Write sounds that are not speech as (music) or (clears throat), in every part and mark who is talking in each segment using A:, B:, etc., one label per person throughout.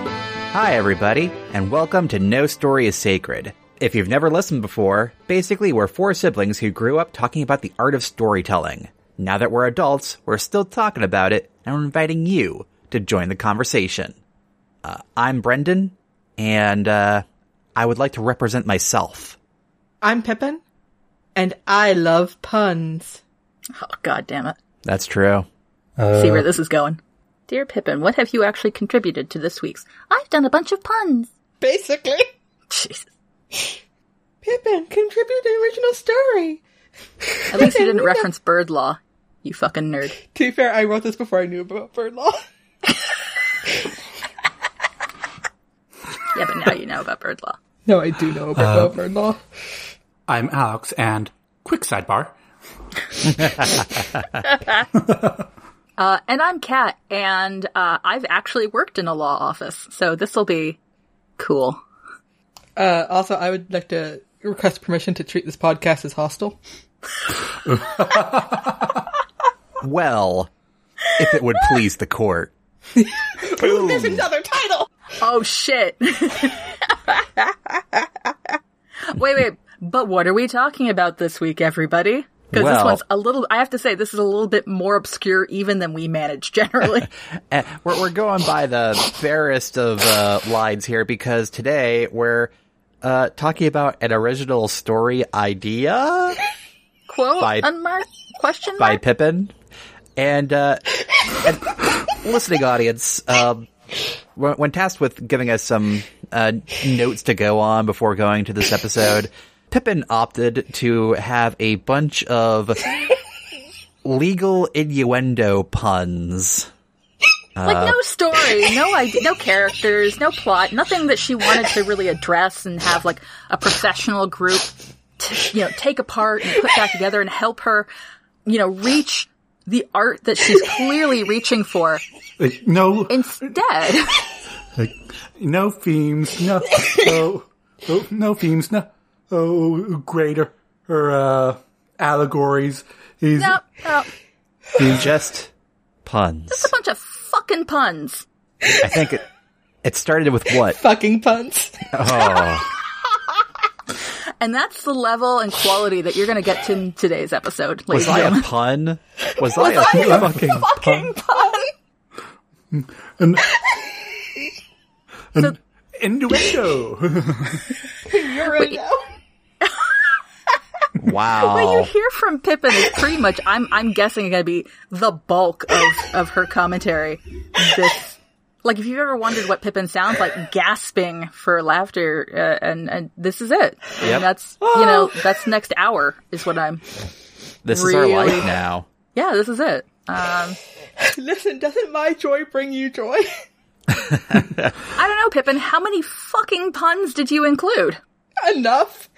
A: Hi, everybody, and welcome to No Story is Sacred. If you've never listened before, basically, we're four siblings who grew up talking about the art of storytelling. Now that we're adults, we're still talking about it, and we're inviting you to join the conversation. Uh, I'm Brendan, and uh, I would like to represent myself.
B: I'm Pippin, and I love puns.
C: Oh, god damn it.
A: That's true.
C: See
D: Uh,
C: where this is going. Dear Pippin, what have you actually contributed to this week's? I've done a bunch of puns. (laughs)
B: Basically,
C: Jesus.
B: Pippin contributed to the original story.
C: At least you didn't reference bird law, you fucking nerd.
B: To be fair, I wrote this before I knew about bird law.
C: Yeah, but now you know about bird law.
B: (laughs) No, I do know about bird law.
D: I'm Alex, and quick sidebar.
C: Uh, and I'm Kat, and uh, I've actually worked in a law office, so this'll be cool.
B: Uh, also, I would like to request permission to treat this podcast as hostile.
A: Well, if it would please the court.
B: There's another title.
C: Oh shit. (laughs) wait, wait. But what are we talking about this week, everybody? Because this
A: Well-
C: one's a little, I have to say, this is a little bit more obscure even than we manage generally.
A: Eh, we're, we're going by the barest of uh, lines here because today we're uh, talking about an original story idea
C: Quote,
A: By-
C: unmarked, question
A: by
C: mark?
A: Pippin. And, uh, and listening audience, um, when, when tasked with giving us some uh, notes to go on before going to this episode, Pippin opted to have a bunch of legal innuendo puns.
C: Like no story, no idea, no characters, no plot, nothing that she wanted to really address and have like a professional group, t- you know, take apart and put back together and help her, you know, reach the art that she's clearly reaching for.
D: Like, Uh, no,
C: Instead, (laughs)
D: like, no themes, no, oh, oh, no themes, no, oh, greater or uh, allegories. He's
C: no, no,
A: Just puns.
C: a bunch of fucking puns.
A: I think it, it started with what?
B: Fucking puns.
A: (laughs)
B: (laughs)
A: Oh,
C: And that's the level and quality that you're going to get to in today's episode, ladies
A: was
C: and
A: I a
C: gentlemen.
A: pun? Was I a pun?
D: fucking
C: Fucking pun.
D: an, an innuendo. (laughs)
B: You're right now.
C: What you
A: Wow.
C: hear from Pippin is pretty much, I'm, I'm guessing, going to be the bulk of, of her commentary. This, like, if you've ever wondered what Pippin sounds like, gasping for laughter, uh, and, and this is it.
A: Yep.
C: And that's, you know, that's next hour is what I'm,
A: This is our life
C: Really?
A: now.
C: yeah, this is it.
B: Listen, doesn't my joy bring you joy? (laughs)
C: I don't know, Pippin, how many fucking puns did you include? (laughs)
B: Enough.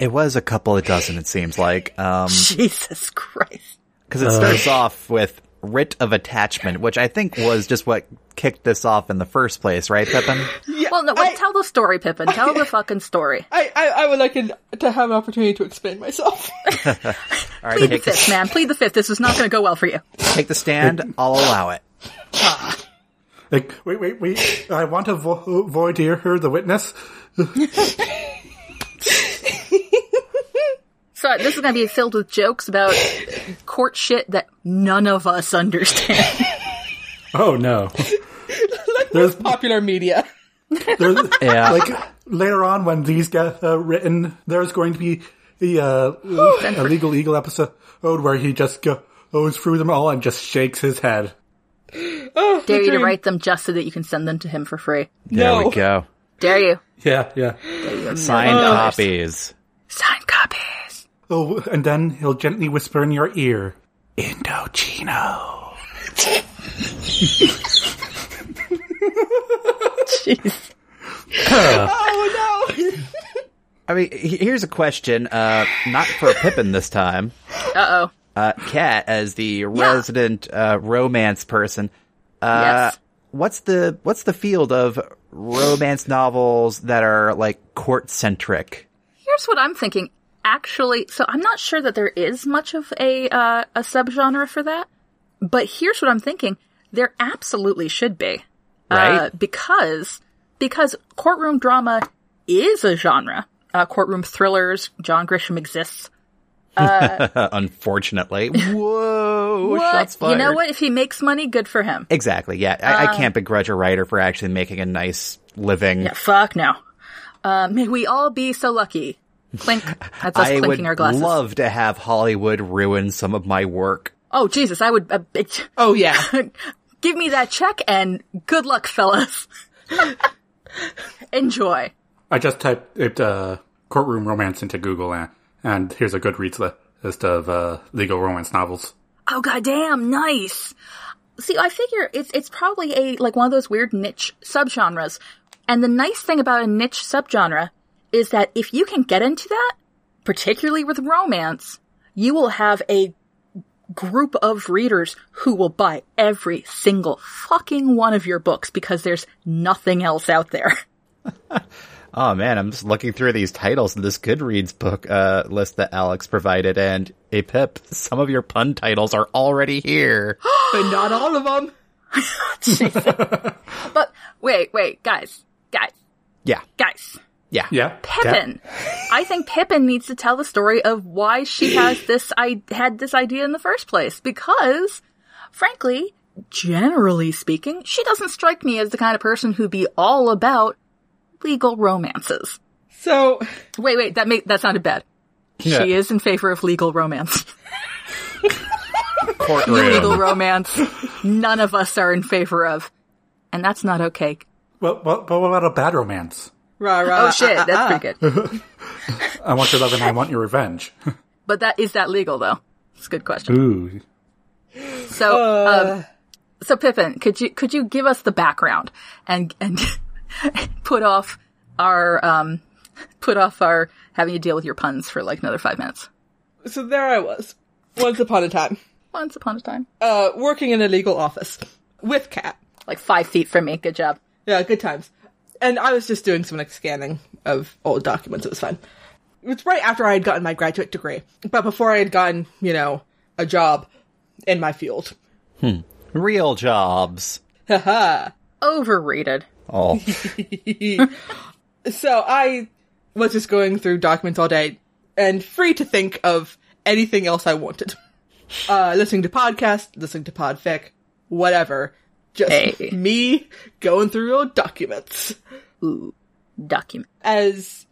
A: It was a couple of dozen, it seems like. Um,
C: Jesus Christ.
A: Because it starts off with writ of attachment, which I think was just what kicked this off in the first place, right, Pippin?
B: Yeah,
C: Well, no,
B: I,
C: wait, tell the story, Pippin. Tell the fucking story.
B: I, I, I would like an, to have an opportunity to explain myself. (laughs)
A: All right,
C: Plead the
A: take
C: fifth,
A: the,
C: man. Plead the fifth. This is not going to go well for you.
A: take the stand. I'll allow it.
D: like, wait, wait, wait. I want to vo- void here, her the witness.
C: So this is going to be filled with jokes about court shit that none of
A: (laughs)
C: us understand.
D: Oh no. There's
B: Popular media.
D: There's-
A: Yeah.
D: Like later on, when these get uh, written, there's going to be the uh, illegal eagle episode where he just go- goes through them all and just shakes his head.
C: Dare you to write them just so that you can send them to him for free.
B: No.
A: There we go.
C: Dare you?
D: Yeah, yeah.
A: Signed copies.
C: Sign copies.
D: Oh, and then he'll gently whisper in your ear, "Indochino."
C: Jeez.
B: Oh no.
A: I mean, he- here's a question, uh, not for Pippin this time.
C: Uh oh.
A: Uh, Kat, as the resident uh, romance person, uh,
C: Yes.
A: what's the what's the field of romance novels that are like court centric?
C: Here's what I'm thinking. Actually, so I'm not sure that there is much of a uh, a subgenre for that, but here's what I'm thinking. There absolutely should be. Uh,
A: Right. (laughs)
C: because because courtroom drama is a genre. Uh, courtroom thrillers, John Grisham exists.
A: Unfortunately. Whoa. Shots fired.
C: You know what? If he makes money, good for him.
A: Exactly. Yeah. I, I can't begrudge a writer for actually making a nice living.
C: Yeah, fuck no. Uh, may we all be so lucky. Clink.
A: (laughs)
C: That's us
A: I
C: clinking
A: would
C: our glasses.
A: love to have Hollywood ruin some of my work.
C: oh, Jesus, I would. Uh, it-
B: (laughs) Oh yeah.
C: give me that check and good luck, fellas. (laughs) Enjoy.
D: I just typed it, uh, courtroom romance into Google, and, and here's a Goodreads li- list of uh, legal romance novels.
C: Oh goddamn, nice. See, I figure it's it's probably a like one of those weird niche subgenres. And the nice thing about a niche subgenre is that if you can get into that, particularly with romance, you will have a group of readers who will buy every single fucking one of your books because there's nothing else out there. (laughs)
A: Oh man, I'm just looking through these titles in this Goodreads book uh, list that Alex provided, and a pip. Some of your pun titles are already
C: (gasps)
A: here.
B: but not all of them.
C: But wait, wait, guys, guys,
A: yeah,
C: guys.
A: yeah,
D: Yeah.
C: Pippin. I think Pippin needs to tell the story of why she has this I had this idea in the first place because frankly, generally speaking, she doesn't strike me as the kind of person who'd be all about legal romances.
B: So (laughs)
C: Wait, wait, that may, that sounded bad.
A: Yeah.
C: She is in favor of legal romance. Legal
A: Courtroom.
C: romance. None of us are in favor of. And that's not okay.
D: Well, but, but what about a bad romance?
B: rah rah.
C: Oh shit,
B: ah, ah, (laughs) ah.
C: that's pretty good.
D: I want your love and I want your revenge.
C: But that is that legal though? It's a good question.
D: Ooh.
C: So, um, so Pippin, could you could you give us the background and and (laughs) put off our um put off our having to deal with your puns for like another five minutes?
B: So there I was, once upon a time,
C: Once upon a time,
B: uh, working in a legal office with Cat.
C: like five feet from me. Good job.
B: Yeah, good times. And I was just doing some like scanning of old documents. It was fun. It was right after I had gotten my graduate degree, but before I had gotten, you know, a job in my field.
A: (laughs)
B: (laughs)
A: Real jobs.
C: Overrated.
A: Oh,
B: (laughs) So I was just going through documents all day and free to think of anything else I wanted. Uh, listening to podcasts, listening to podfic, whatever. Just
C: Hey.
B: me going through old documents.
C: Document.
B: as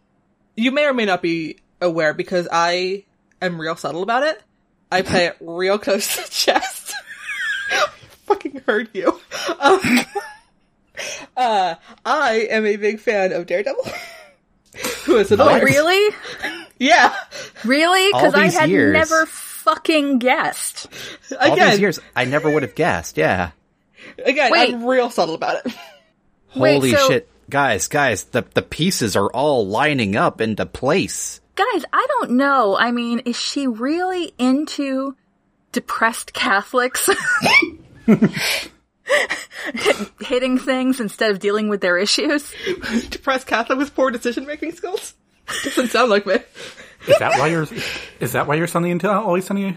B: you may or may not be aware, because I am real subtle about it, I
A: (laughs)
B: play it real close to the chest. (laughs) Fucking heard you. Um, (laughs) uh, I am a big fan of Daredevil. (laughs) Who is it?
A: Oh,
C: Wait, really?
B: Yeah.
C: Really?
A: All
C: Because I
A: these
C: had
A: years.
C: never fucking guessed.
A: all
B: Again,
A: these years, I never would have guessed. Yeah,
B: again,
C: Wait.
B: I'm real subtle about it. (laughs)
C: Wait,
A: holy
C: so-
A: shit, guys, guys, the the pieces are all lining up into place.
C: Guys, I don't know. I mean, is she really into depressed Catholics? (laughs) Hitting things instead of dealing with their issues?
B: Depressed Catholic with poor decision making skills? (laughs) Doesn't sound like me.
D: Is that why you're? Is that why you're suddenly into always sunny?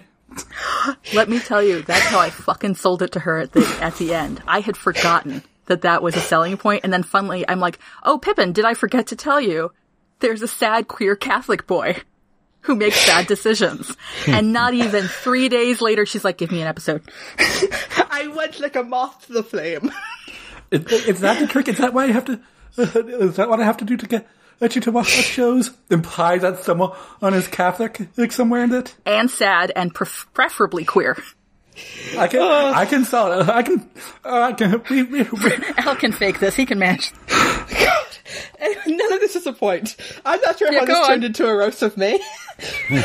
C: Let me tell you, that's how I fucking sold it to her at the, at the end. I had forgotten that that was a selling point, and then finally I'm like, oh, Pippin, did I forget to tell you? There's a sad queer Catholic boy who makes bad decisions. And not even three days later, she's like, give me an episode.
B: I went like a moth to the
C: (laughs)
B: flame. (laughs)
D: Is, is that the trick? Is that why I have to? Is that what I have to do to get let you to watch the shows? Imply that someone is Catholic like somewhere in that.
C: And sad, and pref- preferably queer.
D: I can. I can sell it. I can. I can. We, we, we.
C: Al can fake this. He can match.
B: Anyway, None of this is a point. I'm not sure how
C: go
B: this
C: on.
B: turned into a roast of me. (laughs)
C: (laughs)
A: you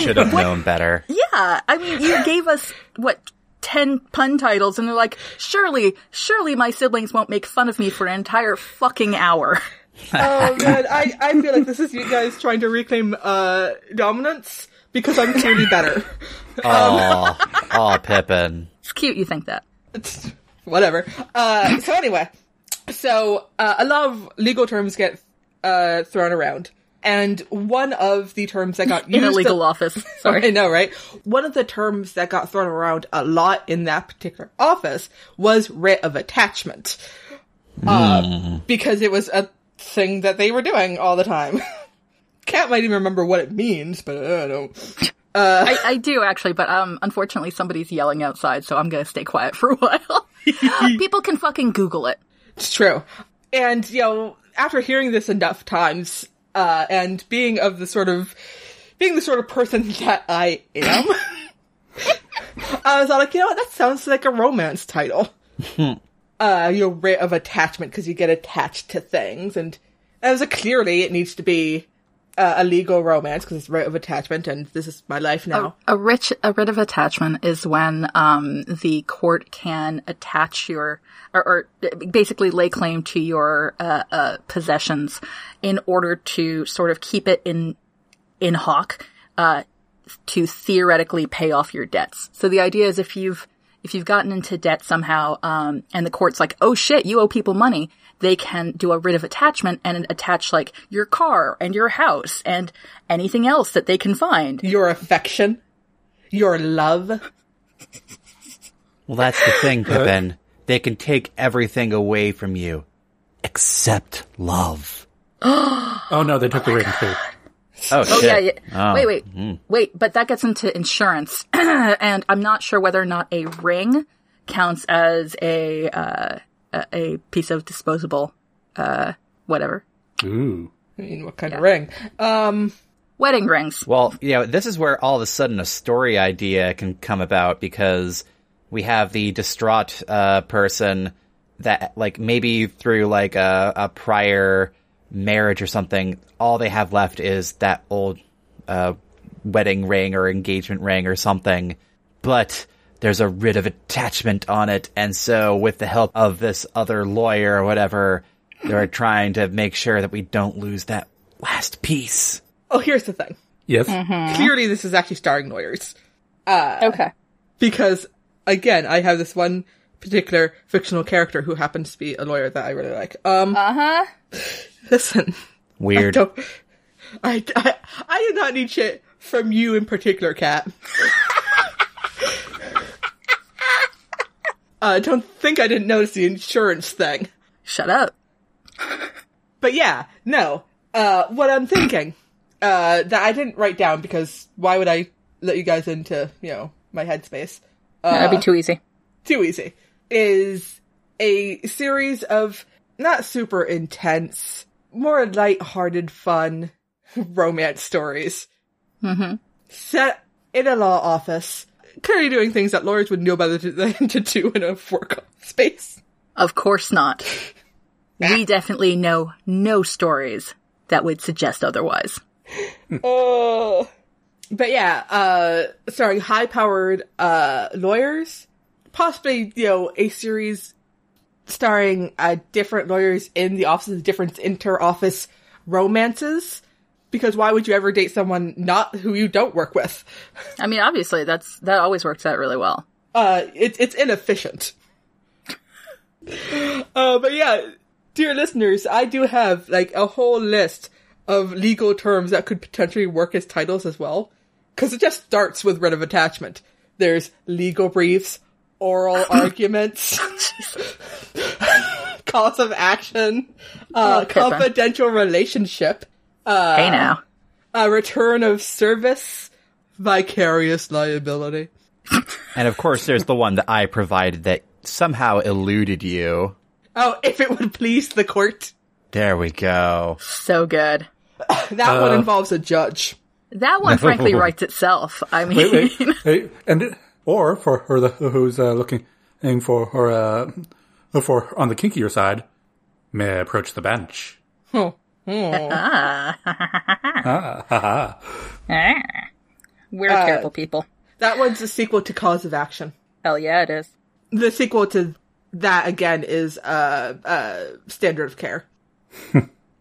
A: should have known better.
C: Yeah, I mean, (laughs) you gave us what ten pun titles, and they're like, surely, surely my siblings won't make fun of me for an entire fucking hour. (laughs)
B: Oh man, I, I feel like this is you guys trying to reclaim uh dominance because I'm clearly better. (laughs)
A: Oh, oh, Pippin.
C: It's cute you think that.
B: It's, whatever. Uh, so anyway, so uh, a lot of legal terms get uh thrown around, And one of the terms that got
C: (laughs) in
B: used
C: a legal
B: (laughs)
C: office.
B: I
C: Sorry.
B: know, right? One of the terms that got thrown around a lot in that particular office was writ of attachment. Uh, because it was a thing that they were doing all the time. (laughs) Cat might even remember what it means, but uh, I don't.
C: I, I do actually, but um, unfortunately somebody's yelling outside, so I'm gonna stay quiet for a (laughs) while. People can fucking Google it.
B: It's true. And, you know, after hearing this enough times, uh, and being of the sort of, being the sort of person (laughs) that I am, (laughs) I was all like, you know what, that sounds like a romance title. (laughs) uh, your rate of attachment, because you get attached to things, and I was like, clearly it needs to be, uh, a legal romance, because it's rate of attachment, and this is my life now.
C: A rich a writ of attachment is when um, the court can attach your or, or basically lay claim to your uh, uh, possessions in order to sort of keep it in in hock uh, to theoretically pay off your debts. So the idea is if you've if you've gotten into debt somehow um, and the court's like, oh shit, you owe people money, they can do a writ of attachment and attach like your car and your house and anything else that they can find.
B: Your affection, your love.
A: Well, that's the thing, Pippin. They can take everything away from you except love.
D: Oh no, they took the ring too.
A: Oh,
C: Oh
A: shit.
C: yeah, yeah.
A: Oh.
C: Wait, wait, wait. But that gets into insurance, (clears throat) and I'm not sure whether or not a ring counts as a uh, a a piece of disposable uh whatever
D: Ooh.
B: I mean, what kind of ring? Um,
C: wedding rings.
A: Well, you know, this is where all of a sudden a story idea can come about because we have the distraught uh, person that, like, maybe through like a, a prior marriage or something, all they have left is that old uh, wedding ring or engagement ring or something. But there's a writ of attachment on it, and so with the help of this other lawyer or whatever, they're trying to make sure that we don't lose that last piece.
B: oh, here's the thing.
D: Yes.
B: clearly this is actually starring lawyers
C: Okay.
B: because again i have this one particular fictional character who happens to be a lawyer that i really like um uh-huh (laughs) listen
A: Weird.
B: don't i i, I do not need shit from you in particular cat (laughs) i Uh, don't think i didn't notice the insurance thing
C: Shut up.
B: but yeah, no. Uh, what I'm thinking, uh, that I didn't write down because why would I let you guys into, you know, my headspace?
C: That'd be too easy.
B: Too easy. Is a series of not super intense, more light-hearted fun (laughs) romance stories. Mm-hmm. Set in a law office, clearly doing things that lawyers would know better to, (laughs) to do in a work space.
C: Of course not. (laughs) we definitely know no stories that would suggest otherwise.
B: Oh. But yeah, uh, starring high powered, uh, lawyers. Possibly, you know, a series starring, uh, different lawyers in the offices, different inter office romances. Because why would you ever date someone not who you don't work with?
C: I mean, obviously, that's that always works out really well.
B: Uh, it, it's inefficient. uh, but yeah, dear listeners, I do have like a whole list of legal terms that could potentially work as titles as well. Cause it just starts with writ of attachment. There's legal briefs, oral arguments, (laughs) cause of action, uh,
C: Oh, Pippa.
B: confidential relationship,
C: hey now,
B: uh, return of service, vicarious liability.
A: And of course, there's the one that I provided that somehow eluded you.
B: Oh, if it would please the court.
A: There we go.
C: so good.
B: That one involves a judge.
C: That one, frankly, writes itself. I mean, (laughs)
D: Wait, wait, wait, and or for her the- who's uh, looking and for her uh, for on the kinkier side, may I approach the bench.
C: Ah. we're terrible people.
B: That one's a sequel to Cause of Action.
C: Hell yeah, it is.
B: The sequel to that again is uh uh Standard of Care.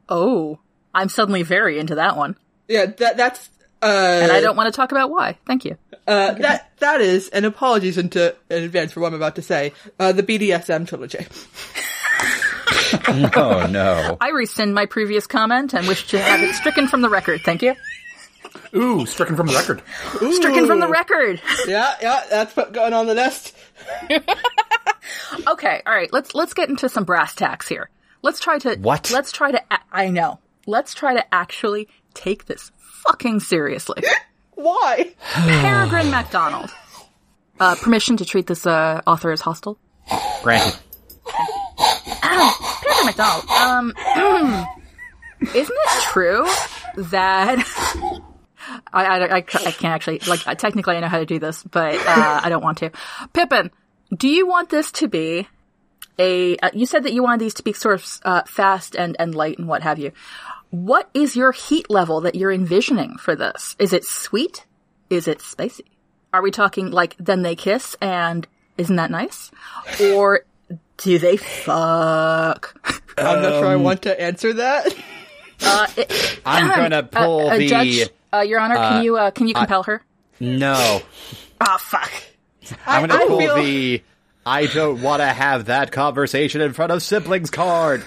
C: Oh, I'm suddenly very into that one,
B: Yeah, that that's uh
C: and I don't want to talk about why. Thank you.
B: uh, that that is and apologies into in advance for what I'm about to say. Uh the BDSM trilogy.
A: (laughs) Oh no.
C: I rescind my previous comment and wish to have it stricken from the record. Thank you.
D: Ooh, stricken from the record.
C: Stricken from the record.
B: Yeah, yeah, that's what going on the list.
C: Okay, all right. Let's let's get into some brass tacks here. Let's try to
A: What?
C: Let's try to. a- I know. Let's try to actually take this fucking (sighs) seriously.
B: Why?
C: Peregrine MacDonald. Uh, permission to treat this uh, author as hostile.
A: Granted.
C: Peregrine MacDonald. Um, (clears throat) isn't it true that (laughs) I, I, I, I can't actually like technically I know how to do this, but uh, I don't want to. Pippin, do you want this to be a? Uh, you said that you wanted these to be sort of uh, fast and and light and what have you. What is your heat level that you're envisioning for this? Is it sweet? Is it spicy? Are we talking like then they kiss and isn't that nice? Or do they fuck? (laughs)
B: I'm not sure I want to answer that. (laughs)
A: I'm gonna pull
C: uh, uh,
A: the
C: judge, uh, Your Honor, can you uh, can you compel her?
A: No.
C: Ah, fuck.
A: I'm gonna
B: I
A: pull
B: feel-
A: the I don't wanna have that conversation in front of siblings card.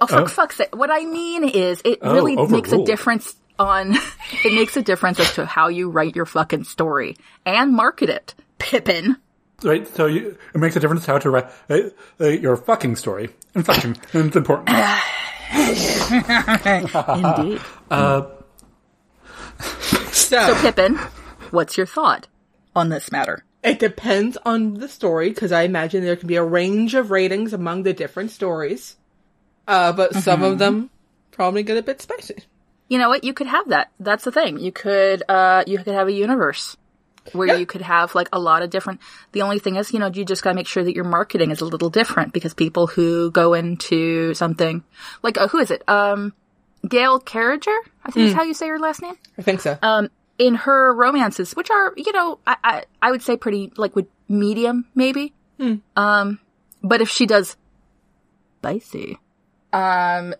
C: Oh, for fuck's sake. What I mean is, it
A: Oh,
C: really makes a
D: overruled.
C: difference on. (laughs) it makes a difference as to how you write your fucking story and market it, Pippin.
D: Right, so you, it makes a difference how to write uh, uh, your fucking story.
B: (coughs)
D: Inflection, and it's important.
C: Indeed.
B: So,
C: Pippin, what's your thought on this matter?
B: it depends on the story because I imagine there can be a range of ratings among the different stories. Uh, but some of them probably get a bit spicy.
C: You know what? You could have that. That's the thing. You could, uh, you could have a universe where you could have like a lot of different. The only thing is, you know, you just gotta make sure that your marketing is a little different because people who go into something like, uh, who is it? Um, Gail Carriger, I think is how you say her last name.
B: I think so.
C: Uh, In her romances, which are, you know, I, I, I would say pretty like with medium maybe.
B: Hmm.
C: Um, but if she does spicy,
B: (laughs)
C: um,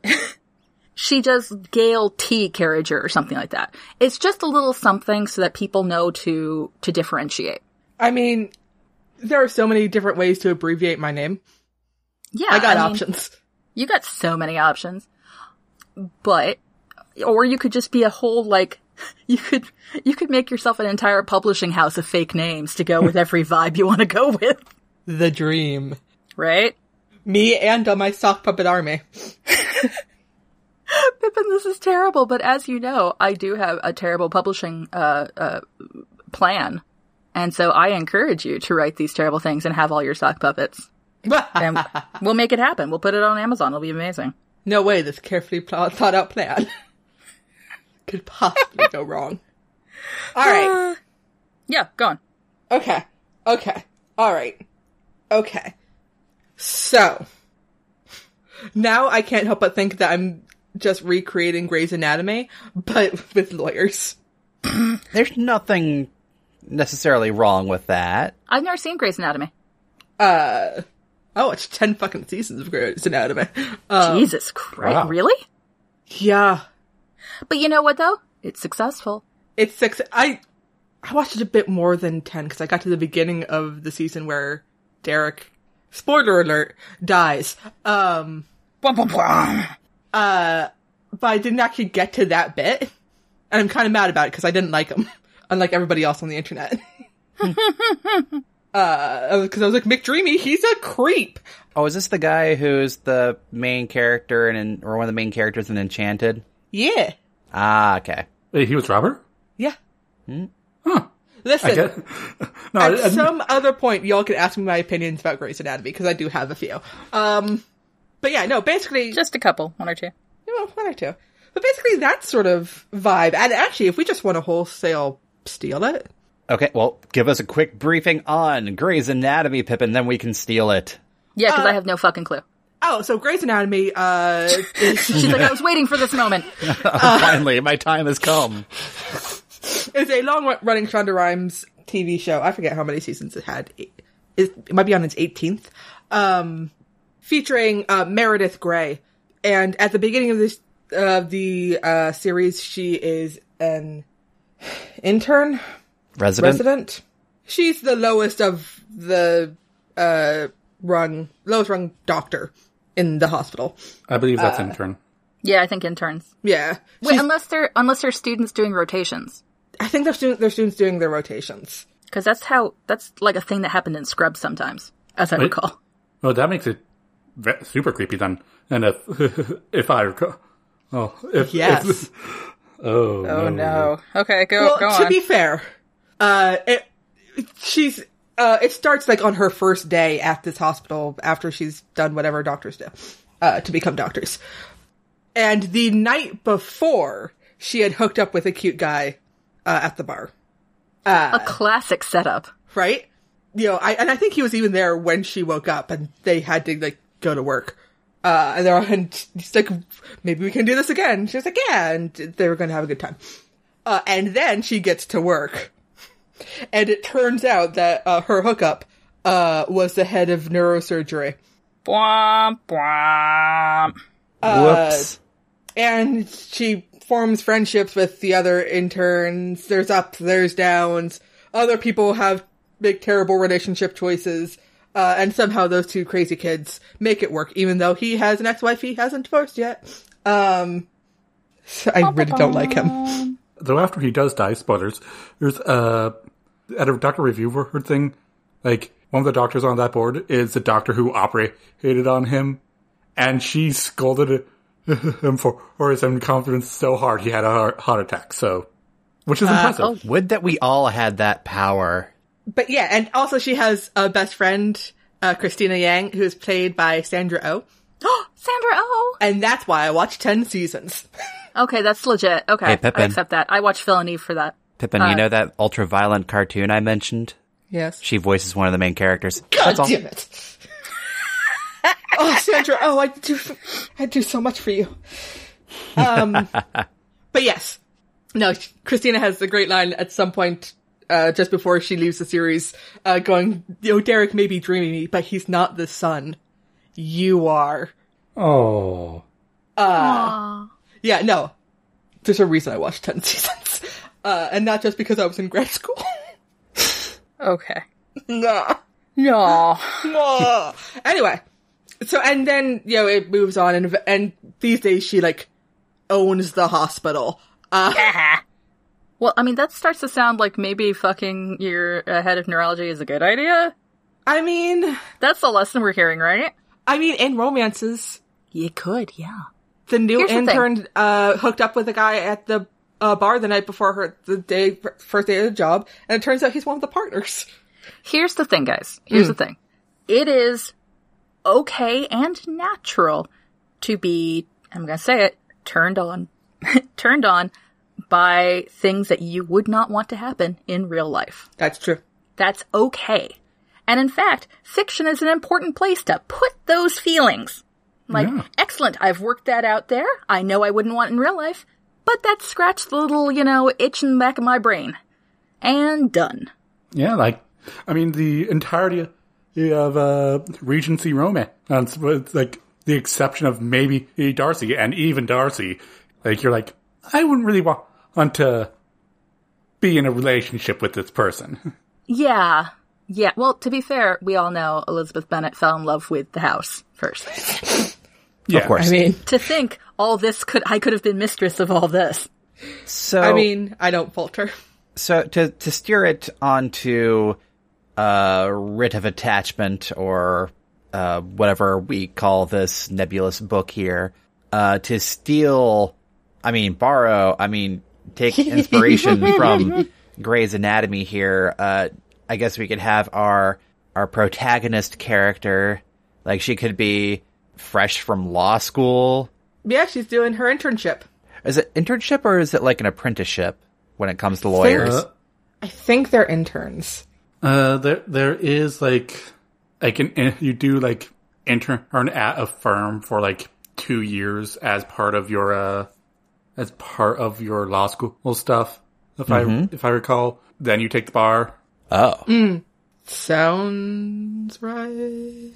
C: she does Gale T Carriager or something like that. It's just a little something so that people know to to differentiate.
B: I mean, there are so many different ways to abbreviate my name.
C: Yeah,
B: I got
C: mean,
B: options.
C: You got so many options, but or you could just be a whole like (laughs) you could you could make yourself an entire publishing house of fake names to
B: (laughs)
C: go with every vibe you want to go with,
B: The dream.
C: right?
B: Me and uh, my sock puppet (laughs) army.
C: Pippin, this is terrible, but as you know, I do have a terrible publishing uh, uh, plan. And so I encourage you to write these terrible things and have all your sock puppets. And we'll make it happen. We'll put it on Amazon. It'll be amazing.
B: no way this carefully pl- thought out plan (laughs) could possibly go wrong. All right.
C: Yeah, go on.
B: Okay. Okay. All right. Okay. So now I can't help but think that I'm just recreating Grey's Anatomy, but (laughs) with lawyers.
A: There's nothing necessarily wrong with that.
C: I've never seen Grey's Anatomy.
B: I watched Oh, ten fucking seasons of Grey's Anatomy.
C: Jesus Christ.
D: Wow.
C: Really?
B: Yeah,
C: But you know what, though? It's successful.
B: it's six. I I watched it a bit more than ten because I got to the beginning of the season where Derek, spoiler alert, dies. Um, uh, but I didn't actually get to that bit, and I'm kind of mad about it because I didn't like him, (laughs) unlike everybody else on the internet. (laughs) uh, because I was like McDreamy, he's a creep.
A: Oh, is this the guy who's the main character in, or one of the main characters in Enchanted?
B: Yeah,
A: Ah, okay.
D: Wait, he was Robert?
B: yeah.
D: I
B: Listen,
D: get (laughs) No, I, I-
B: At some other point, y'all can ask me my opinions about Grey's Anatomy because I do have a few. Um, but yeah, no, basically,
C: Just a couple, one or two.
B: you know, one or two. But basically, that sort of vibe. And actually, if we just want to wholesale steal it,
A: Okay, well, give us a quick briefing on Grey's Anatomy, Pippin, then we can steal it.
C: Yeah, because I have no fucking clue.
B: oh, so Grey's Anatomy, uh, (laughs) is,
C: She's like, I was waiting for this
B: (laughs)
C: moment.
A: Finally, my time has come.
B: is a long-running Shonda Rhimes TV show. I forget how many seasons it had. It, it might be on its 18th. Um, featuring uh, Meredith Grey, and at the beginning of this of the uh, series, she is an intern.
A: Resident?
B: resident. She's the lowest of the uh rung lowest rung doctor in the hospital.
D: I believe that's
B: uh,
D: intern.
C: Yeah, I think interns.
B: Yeah,
C: Wait, unless they're unless they're students doing rotations,
B: I think their student their students doing their rotations.
C: because that's how that's like a thing that happened in Scrubs sometimes, as I recall.
D: Well, that makes it ve- super creepy then. And if (laughs) if I recall, oh, if,
B: Yes.
D: if- (laughs) oh,
E: Oh no. Okay, go
B: well,
E: go
B: to
E: on.
B: be fair, uh, it, she's uh, it starts like on her first day at this hospital after she's done whatever doctors do uh, to become doctors. And the night before, she had hooked up with a cute guy uh, at the bar,
C: a classic setup.
B: right? You know, I and I think he was even there when she woke up, and they had to like go to work. Uh, and they're (laughs) and he's like, maybe we can do this again. She was like, yeah, and they were going to have a good time. Uh, and then she gets to work, and it turns out that uh, her hookup uh, was the head of neurosurgery.
E: Bwomp, bwomp.
B: Uh,
A: Whoops.
B: and she forms friendships with the other interns. There's ups, there's downs. Other people have make terrible relationship choices, uh, and somehow those two crazy kids make it work. Even though he has an ex-wife he hasn't divorced yet, um, so I really don't like him.
D: Though after he does die, spoilers. There's uh, at a doctor review for her thing, like one of the doctors on that board is the doctor who operated on him, and she scolded him for for his confidence so hard he had a heart heart attack. So, which is impressive.
A: Would that we all had that power.
B: But yeah, and also she has a best friend, uh, Christina Yang, who is played by Sandra Oh,
C: Sandra Oh.
B: and that's why I watched ten seasons.
C: Okay, that's legit. Okay,
A: Hey, Pippin.
C: I accept that. I watch Phil and Eve for that.
A: Pippin,
B: Uh,
A: you know that ultra violent cartoon I mentioned?
B: Yes,
A: She voices one of the main characters.
B: God
A: That's all.
B: damn it. oh, Sandra. Oh, I do. I do so much for you.
A: (laughs)
B: Um, but yes, no. Christina has the great line at some point, uh, just before she leaves the series, uh, going, "You know, Derek may be dreaming me, but he's not the son. You are."
D: Oh,
B: Yeah, no. There's a reason I watched ten (laughs) seasons, uh, and not just because I was in grad school. (laughs)
E: Okay.
B: nah.
E: No.
B: Ugh. anyway, so and then you know it moves on, and and these days she like owns the hospital. Uh,
C: (laughs) Well, I mean, that starts to sound like maybe fucking your uh, head of neurology is a good idea.
B: I mean,
C: That's the lesson we're hearing, right?
B: I mean, in romances,
C: You could, yeah.
B: the new
C: Here's the thing.
B: intern uh, hooked up with a guy at the uh, bar the night before her the day first day of the job, and it turns out he's one of the partners.
C: Here's the thing, guys. Here's the thing. It is okay and natural to be, I'm going to say it, turned on, (laughs) turned on by things that you would not want to happen in real life.
B: That's true.
C: That's okay. And in fact, fiction is an important place to put those feelings. Like, excellent, I've worked that out there. I know I wouldn't want it in real life, but that scratched the little, you know, itch in the back of my brain. And done.
D: Yeah, like I mean, the entirety of uh, Regency romance, um, with like the exception of maybe E Darcy, and even Darcy, like you're like, I wouldn't really wa- want to be in a relationship with this person. (laughs)
C: Yeah. Yeah. Well, to be fair, we all know Elizabeth Bennet fell in love with the house first.
D: yeah,
A: Of course.
B: mean,
C: to think all this could, I could have been mistress of all this.
A: so
B: I mean, I don't falter.
A: so to to steer it onto uh writ of attachment or uh whatever we call this nebulous book here uh to steal i mean borrow i mean take inspiration from gray's anatomy here uh i guess we could have our our protagonist character like she could be fresh from law school
B: Yeah, she's doing her internship.
A: is it internship or is it like an apprenticeship when it comes to lawyers
D: Uh,
B: I think they're interns.
D: uh, there there is like like an you do like intern at a firm for like two years as part of your uh as part of your law school stuff. If I if I recall, then you take the bar
A: oh
B: Sounds right.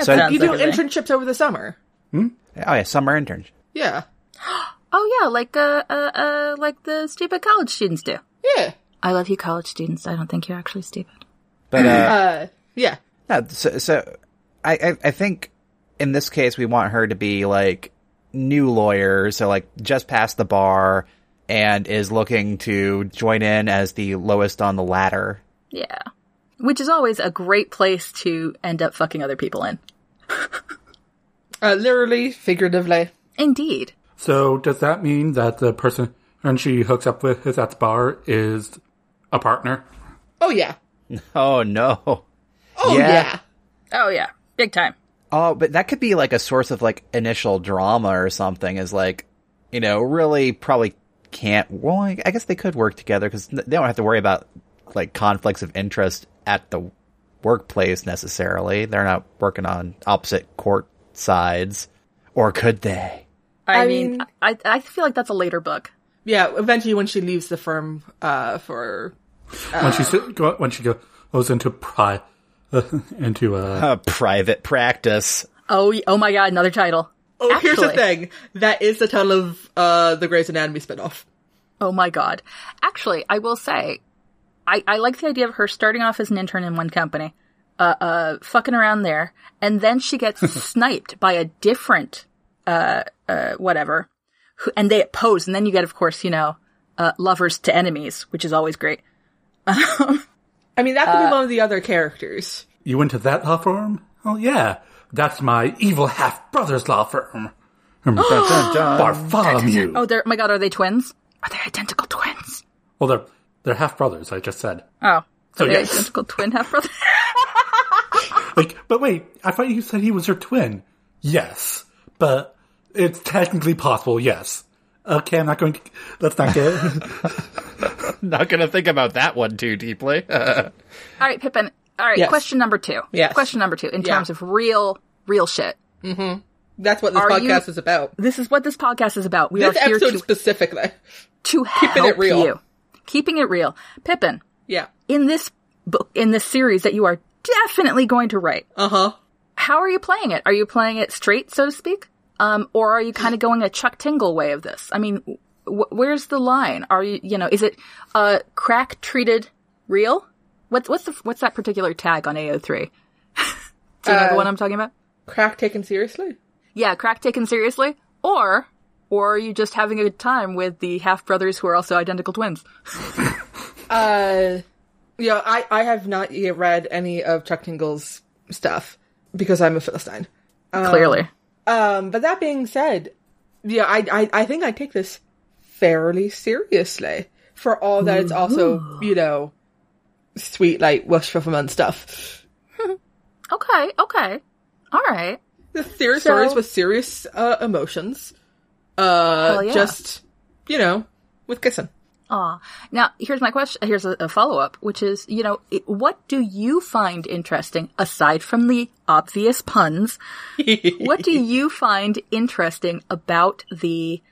A: So-
C: sounds
B: You
C: like
B: do
C: a thing.
B: internships over the summer.
A: Oh yeah, summer intern.
B: Yeah.
C: Oh yeah, like uh, uh, uh, like the stupid college students do.
B: Yeah.
C: I love you, college students. I don't think you're actually stupid.
A: But uh,
B: Uh, yeah.
A: no, so, so I, I I think in this case, we want her to be like new lawyer, so like just past the bar, and is looking to join in as the lowest on the ladder.
C: Yeah. Which is always a great place to end up fucking other people in.
B: Uh, literally, figuratively.
C: Indeed.
D: So does that mean that the person and she hooks up with is at the bar is a partner?
B: Oh yeah.
A: Oh no!
B: Oh
A: Yeah.
B: yeah.
E: Oh yeah, big time.
A: Oh, but that could be like a source of like initial drama or something. Is like, you know, really probably can't. Well, I I guess they could work together because they don't have to worry about like conflicts of interest at the workplace necessarily. They're not working on opposite court sides, or could they?
E: I,
B: I
E: mean,
B: mean-
C: I, I feel like that's a later book.
B: Yeah, eventually when she leaves the firm uh for
D: when she sit- go- when she goes into pri (laughs) into
A: A
D: uh
A: private practice.
C: Oh, y- oh my god, another title.
B: Oh, here's the
C: Actually-
B: thing. That is the title of uh the Grey's Anatomy spinoff.
C: Oh my god. Actually, I will say, I, I like the idea of her starting off as an intern in one company, uh, uh, fucking around there, and then
B: (laughs)
C: she gets sniped by a different, uh, uh, whatever, who, and they pose, and then you get, of course, you know, uh, lovers to enemies, which is always great.
B: I mean, that could be
C: Uh,
B: one of the other characters.
D: you went to that law firm? Oh yeah. That's my evil half brother's law firm. (laughs) Bartholomew.
C: Oh, they're, oh my god, are they twins? Are they identical twins?
D: Well they're they're half brothers, I just said.
E: oh,
D: So
C: Are they
D: yes.
C: identical twin half brother?
D: Like, but wait, I thought you said he was your twin. Yes, but it's technically possible. Yes. Okay, I'm not going. to... Let's not get.
A: (laughs)
D: (laughs)
A: Not gonna think about that one too deeply.
C: (laughs)
A: (laughs)
C: All right, Pippin. All right,
B: Yes.
C: question number two.
B: Yes.
C: Question number two, in
B: Yeah.
C: terms of real, real shit.
B: That's what this
C: Are you-
B: podcast is about.
C: This is what this podcast is about. We
B: This
C: are here
B: episode
C: to
B: specifically.
C: to keeping
B: it real.
C: you. Keeping it real. Pippin,
B: Yeah.
C: in this book, in this series that you are definitely going to write,
B: Uh huh.
C: how are you playing it? Are you playing it straight, so to speak? Um, or are you kind of going a Chuck Tingle way of this? I mean, wh- where's the line? Are you, you know, is it, uh, crack treated real? What's, what's the, what's that particular tag on AO3? (laughs) Do you know
B: Uh,
C: the one I'm talking about?
B: Crack taken seriously?
C: Yeah, crack taken seriously? Or, or are you just having a good time with the half brothers who are also identical twins?
B: Uh, yeah, I, I have not yet read any of Chuck Tingle's stuff because I'm a Philistine.
C: Clearly.
B: Um, but that being said, yeah, I, I, I think I take this fairly seriously for all that it's also, you know, sweet, like, wish fulfillment stuff.
C: Okay, okay. All right.
B: The serious
C: So-
B: stories with serious, uh, emotions. Uh,
C: Hell yeah.
B: just, you know, with kissing.
C: Aw. Now, here's my question. Here's a, a follow up, which is, you know, it, what do you find interesting aside from the obvious puns? what do you find interesting about the,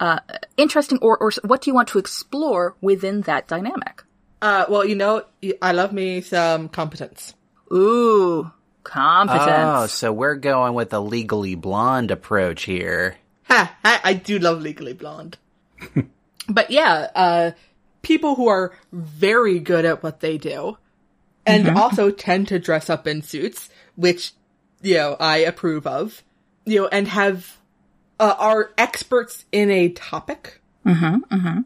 C: uh, interesting or, or s- what do you want to explore within that dynamic?
B: Uh, well, you know, I love me some competence.
C: Ooh,
A: oh,
C: competence.
A: so we're going with a legally blonde approach here.
B: Ha, ha, I do love Legally
C: (laughs)
B: Blonde. but yeah, uh, people who are very good at what they do and
C: Mm-hmm.
B: also tend to dress up in suits, which, you know, I approve of, you know, and have, uh, are experts in a topic. Mm-hmm, mm-hmm.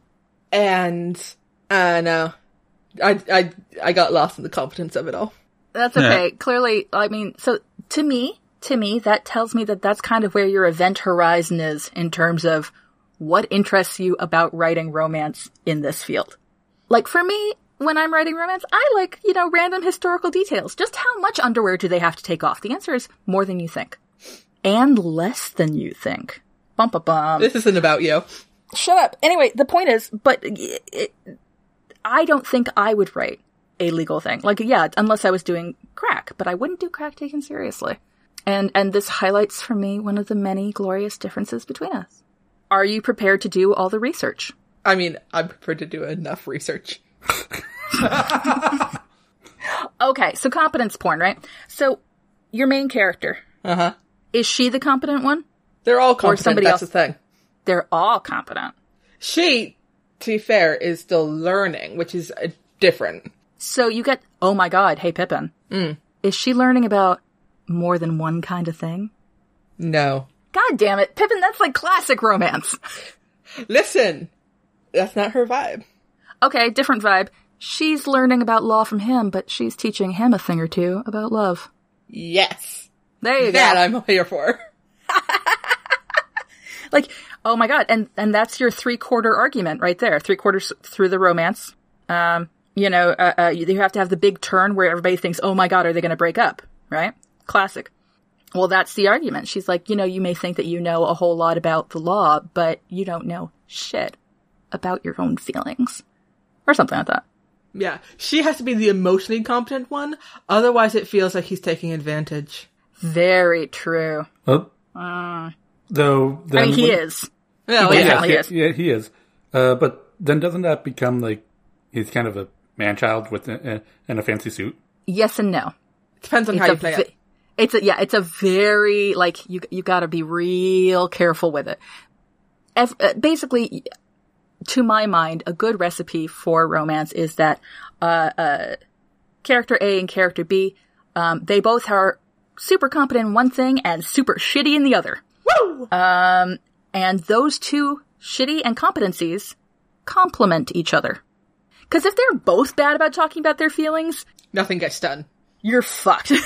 B: And, and, uh, I, I, I got lost in the competence of it all.
C: That's okay. Clearly, I mean, so to me, to me, that tells me that that's kind of where your event horizon is in terms of what interests you about writing romance in this field. Like for me, when I'm writing romance, I like, you know, random historical details. Just how much underwear do they have to take off? The answer is more than you think. And less than you think. Bum ba bum
B: This isn't about you.
C: shut up. Anyway, the point is, but it, it, I don't think I would write a legal thing. Like, yeah, unless I was doing crack, but I wouldn't do crack taken seriously. And and this highlights for me one of the many glorious differences between us. Are you prepared to do all the research?
B: I mean, I'm prepared to do enough research.
C: Okay, so competence porn, right? So your main character
B: Uh huh.
C: is she the competent one?
B: They're all competent.
C: somebody
B: that's
C: else.
B: the thing.
C: They're all competent.
B: She, to be fair, is still learning, which is uh, different.
C: So you get, oh my god, hey Pippin. Is she learning about more than one kind of thing?
B: No.
C: God damn it, Pippin, that's like classic romance.
B: Listen, that's not her vibe.
C: Okay, different vibe. She's learning about law from him, but she's teaching him a thing or two about love.
B: Yes.
C: There you
B: That uh,
C: go.
B: I'm here for.
C: Like, oh my god, and and that's your three quarter argument right there. Three quarters through the romance. Um, you know, uh, uh, you you have to have the big turn where everybody thinks, oh my god, are they going to break up? Right? Classic. Well, that's the argument. She's like, you know, you may think that you know a whole lot about the law, but you don't know shit about your own feelings, or something like that.
B: (laughs) Yeah. She has to be the emotionally competent one. Otherwise it feels like he's taking advantage.
C: Very true.
D: Well, Uh, though, then
C: I mean, he
D: would-
C: is.
B: Oh,
C: Yeah.
D: Yeah,
C: he
D: he-
C: is.
D: yeah, he is. Uh, but then doesn't that become like he's kind of a man child with a, a, in a fancy suit?
C: Yes and no.
B: Depends on how you play
C: ve-
B: it.
C: It's a, yeah, it's a very, like, you, you gotta be real careful with it. Ev- uh, basically, to my mind, a good recipe for romance is that, uh, uh, character A and character B, um, they both are super competent in one thing and super shitty in the other. Um,
B: Woo!
C: And those two shitty and competencies complement each other. Cause if they're both bad about talking about their feelings,
B: Nothing gets done.
C: you're fucked. (laughs)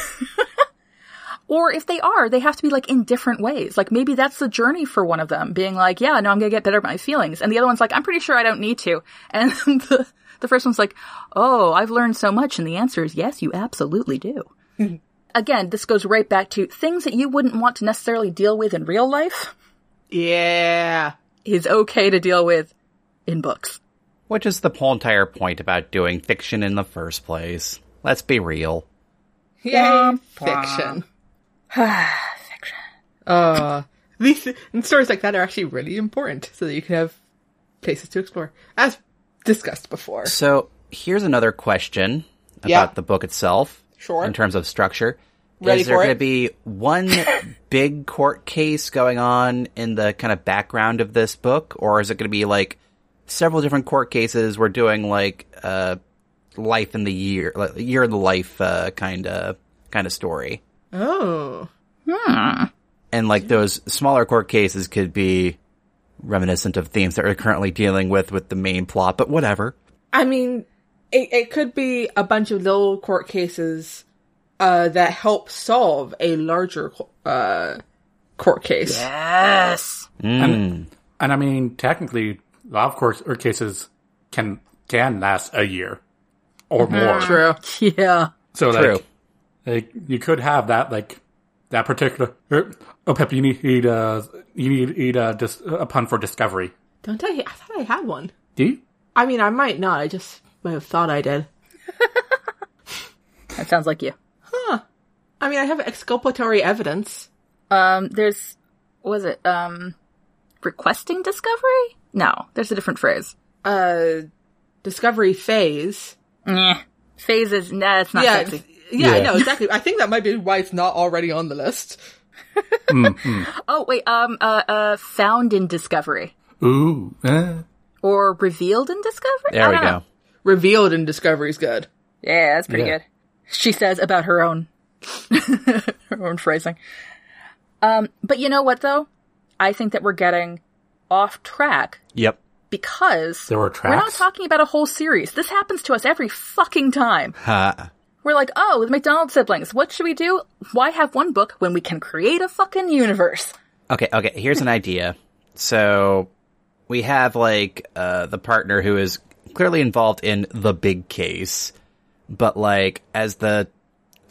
C: or if they are, they have to be like in different ways. Like maybe that's the journey for one of them, being like, yeah, no, I'm gonna get better at my feelings. And the other one's like, I'm pretty sure I don't need to. And (laughs) the, the first one's like, oh, I've learned so much. And the answer is yes, you absolutely do. Again, this goes right back to things that you wouldn't want to necessarily deal with in real life
B: Yeah.
C: is okay to deal with in books.
A: Which is the whole entire point about doing fiction in the first place. Let's be real.
B: Yay, (sighs) fiction. Uh, these and stories like that are actually really important so that you can have places to explore, as discussed before.
A: So here's another question about
B: Yeah.
A: the book itself.
B: Sure.
A: In terms of structure.
B: Ready
A: Is there
B: for
A: going to
B: it?
A: be
B: (laughs)
A: one big court case going on in the kind of background of this book, or is it going to be like several different court cases? We're doing like uh, life in the year, like, year in the life uh, kind of kind of story,
B: Oh,
A: and like those smaller court cases could be reminiscent of themes that we're currently dealing with with the main plot, but whatever.
B: I mean, it, it could be a bunch of little court cases uh, that help solve a larger uh, court case.
C: Yes.
D: And I mean, technically, law of course or cases can can last a year or
C: Mm-hmm.
D: more.
B: True.
C: (laughs) Yeah.
D: So like,
A: True.
D: like you could have that like that particular. er, Oh, Pep, you need eat, uh, you need eat uh, dis- a pun for discovery.
B: Don't I? I thought I had one.
D: Do you?
B: I mean, I might not. I just might have thought I did.
C: That sounds like you.
B: I mean, I have exculpatory evidence.
C: um there's was it um requesting discovery no there's a different phrase
B: Uh, discovery phase.
C: Nyeh. phases nah it's not
B: yeah,
C: sexy
B: it's- yeah, I
D: Yeah.
B: know exactly. I think that might be why it's not already on the list.
C: oh wait um uh uh found in discovery
D: Ooh. eh.
C: or revealed in discovery
A: There
C: I
A: we
C: don't know.
A: go.
B: Revealed in Discovery is good.
C: yeah that's pretty
D: Yeah.
C: good she says about her own (laughs) her own phrasing um but you know what though i think that we're getting off track
A: Yep.
C: because
D: There were
C: we're not
D: tracks?
C: talking about a whole series this happens to us every fucking time
A: Ha.
C: We're like, oh, with McDonald's siblings, what should we do? Why have one book when we can create a fucking universe?
A: Okay, okay, here's an idea. So we have like uh the partner who is clearly involved in the big case, but like as the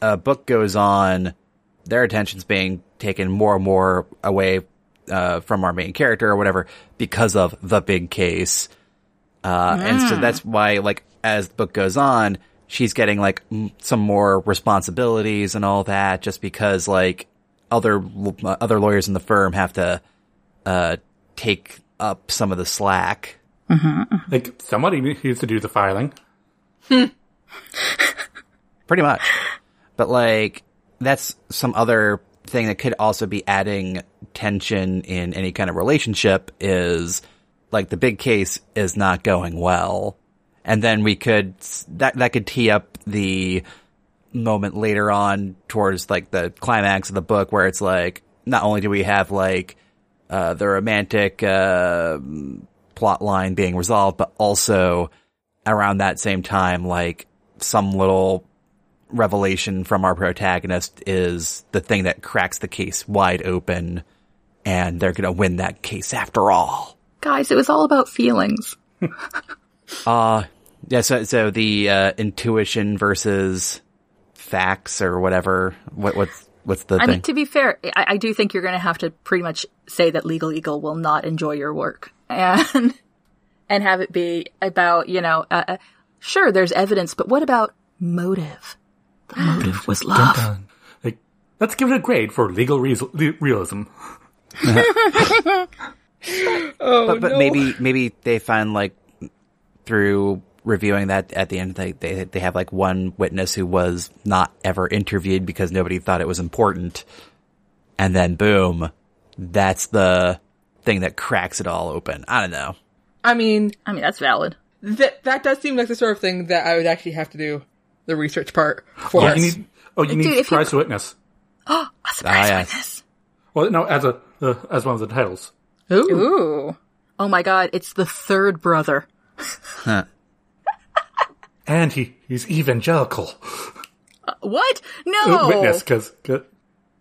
A: uh, book goes on, their attention's being taken more and more away uh from our main character or whatever because of the big case. Uh and so that's why like as the book goes on, she's getting like m- some more responsibilities and all that just because like other uh, other lawyers in the firm have to uh, take up some of the slack.
D: Like somebody needs to do the filing.
A: pretty much. But like, that's some other thing that could also be adding tension in any kind of relationship is like the big case is not going well. And then we could, that, that could tee up the moment later on towards like the climax of the book where it's like, not only do we have like uh, the romantic uh, plot line being resolved, but also around that same time, like some little revelation from our protagonist is the thing that cracks the case wide open, and they're gonna win that case after all.
C: Guys, it was all about feelings.
A: Uh yeah. So so the uh, intuition versus facts or whatever. What what's what's the
C: I
A: thing?
C: mean, to be fair, I, I do think you're going to have to pretty much say that Legal Eagle will not enjoy your work and (laughs) and have it be about you know, uh, uh, sure, there's evidence, but what about motive? The motive was love.
D: Dun. Like, let's give it a grade for legal reas- le- realism.
B: Oh,
A: but but
B: no.
A: maybe maybe they find like through reviewing that at the end they, they they have like one witness who was not ever interviewed because nobody thought it was important and then boom that's the thing that cracks it all open i don't know
B: I mean,
C: I mean, that's valid.
B: that that does seem like the sort of thing that I would actually have to do the research part for.
D: Oh, you need, oh, you need
C: Dude, if you-
D: surprise witness.
C: A surprise
A: Ah, yeah.
C: witness.
D: Well, no, as a uh, as one of the titles.
B: Ooh.
E: Ooh.
C: Oh my God, it's the third brother.
D: And he, he's evangelical.
C: What? No.
D: Uh, (laughs) Witness, because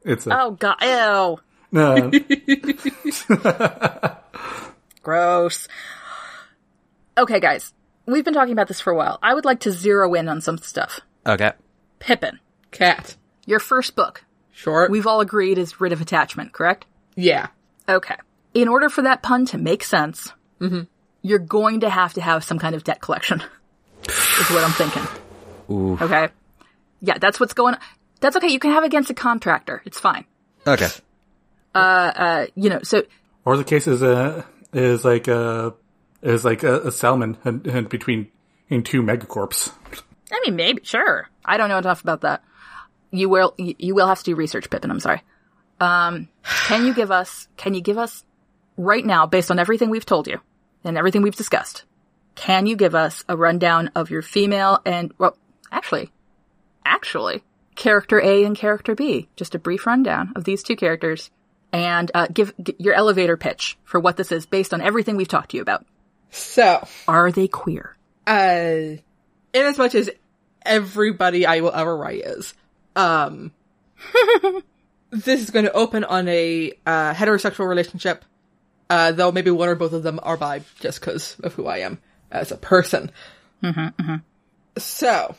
D: it's a.
C: Oh God. Ew. (laughs)
D: no,
E: Gross.
C: Okay, guys, we've been talking about this for a while. I would like to zero in on some stuff.
A: okay
C: Pippin,
B: cat.
C: your first book,
B: Short.
C: we've all agreed is Rid of Attachment, correct?
B: yeah.
C: Okay. In order for that pun to make sense, you're going to have to have some kind of debt collection. is what I'm thinking. Okay. Yeah, that's what's going on. That's okay. You can have it against a contractor. It's fine.
A: okay
C: You know, so
D: or the case is uh, is like a is like a, a salmon and, and between in two megacorps.
E: I mean, maybe, sure.
C: I don't know enough about that. You will you you will have to do research, Pippin. I'm sorry. Um, can you give us can you give us right now, based on everything we've told you and everything we've discussed, can you give us a rundown of your female and well, actually, actually, character A and character B? Just a brief rundown of these two characters and uh, give g- your elevator pitch for what this is based on everything we've talked to you about.
B: So,
C: Are they queer?
B: uh, in as much as everybody I will ever write is, um, this is going to open on a uh, heterosexual relationship. Uh, though maybe one or both of them are bi, just because of who I am as a person. So,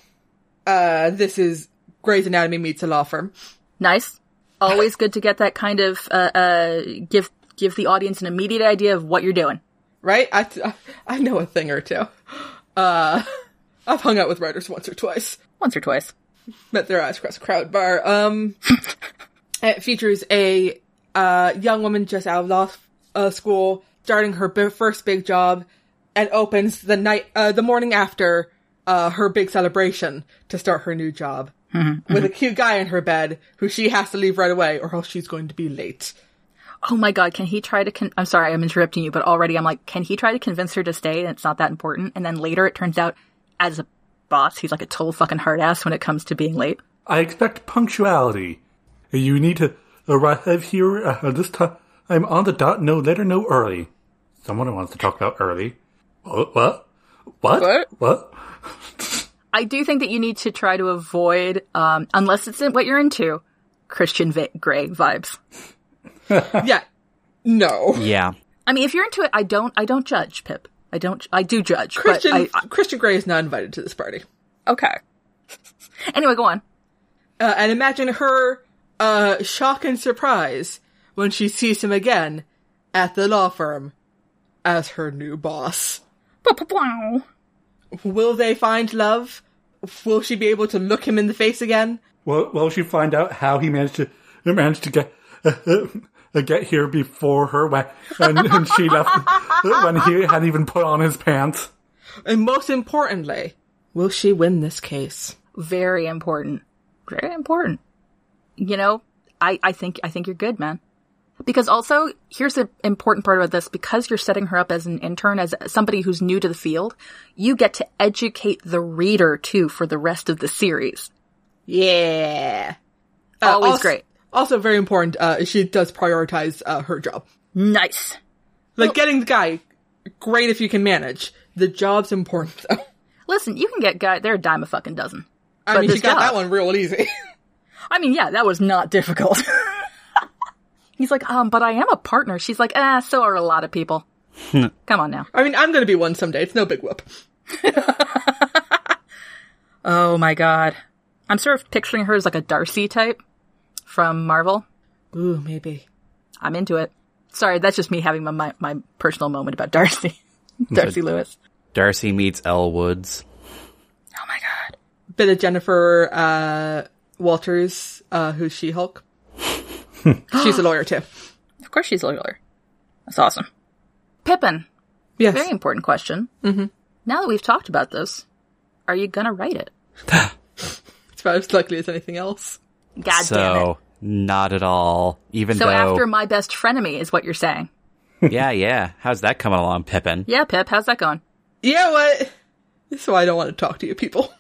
B: uh, this is Grey's Anatomy meets a law firm.
C: Nice. Always good to get that kind of uh, uh, give give the audience an immediate idea of what you're doing.
B: right? I, I, I know a thing or two. Uh, (laughs) I've hung out with writers once or twice.
E: Once or twice.
B: Met their eyes across a crowd bar. Um, (laughs) it features a uh, young woman just out of law uh, school, starting her b- first big job, and opens the night, uh, the morning after uh, her big celebration to start her new
C: (laughs)
B: job.
C: Mm-hmm,
B: With a cute guy in her bed who she has to leave right away or else she's going to be
C: (laughs)
B: late.
C: Oh my god, can he try to con- I'm sorry, I'm interrupting you, but already I'm like, can he try to convince her to stay and it's not that important? And then later it turns out as a boss, he's like a total fucking hard ass when it comes to being late.
D: I expect punctuality. You need to arrive here uh, this time. I'm on the dot. No later. No early. Someone wants to talk about early. What? What? What?
E: What?
D: What?
C: I do think that you need to try to avoid um unless it's in- what you're into, Christian va- Grey vibes.
B: Yeah. No.
A: yeah
C: I mean, if you're into it, I don't I don't judge, Pip. I don't I do judge,
B: Christian
C: but I,
B: Christian Grey is not invited to this party.
E: Okay.
C: I, (laughs) anyway, go on.
B: uh, and imagine her uh, shock and surprise when she sees him again at the law firm as her new boss.
E: Wow.
B: Will they find love? Will she be able to look him in the face again?
D: Well, well, she find out how he managed to he managed to get uh, get here before her when and, and she left (laughs) when he hadn't even put on his pants.
B: And most importantly, will she win this case?
C: very important. Very important. You know, I, I think I think you're good, man. Because also, here's an important part about this: because you're setting her up as an intern, as somebody who's new to the field, you get to educate the reader too for the rest of the series.
B: Yeah. Uh,
C: Always great.
B: Also, very important, uh, she does prioritize uh, her job.
E: Nice.
B: Like getting the guy, great if you can manage. The job's important though.
C: Listen, you can get guy. They're a dime a fucking dozen.
B: I
C: But
B: mean, she
C: this
B: got
C: job-
B: that one real easy. (laughs)
C: I mean, yeah, that was not (laughs) difficult. He's like, um, but I am a partner. She's like, ah, so are a lot of people. Come on now.
B: I mean, I'm gonna be one someday. It's no big whoop.
C: Oh my god. I'm sort of picturing her as like a Darcy type from Marvel.
B: Ooh, maybe.
C: I'm into it. Sorry, that's just me having my my, my personal moment about Darcy. (laughs) Darcy Lewis.
A: Darcy meets Elle Woods.
C: Oh my god.
B: Bit of Jennifer uh, Walters, uh, who's She Hulk. She's a lawyer too.
E: Of course she's a lawyer. That's awesome.
C: Pippin,
B: Yes.
C: very important question. Mm-hmm. Now that we've talked about this, are you gonna write it?
B: It's about as likely as anything else.
C: God damn it.
A: so not at all. Even
C: So
A: though,
C: after my best frenemy is what you're saying.
A: yeah, yeah. How's that coming along, Pippin?
C: Yeah, Pip, how's that going?
B: You know what? This is why I don't want to talk to you people.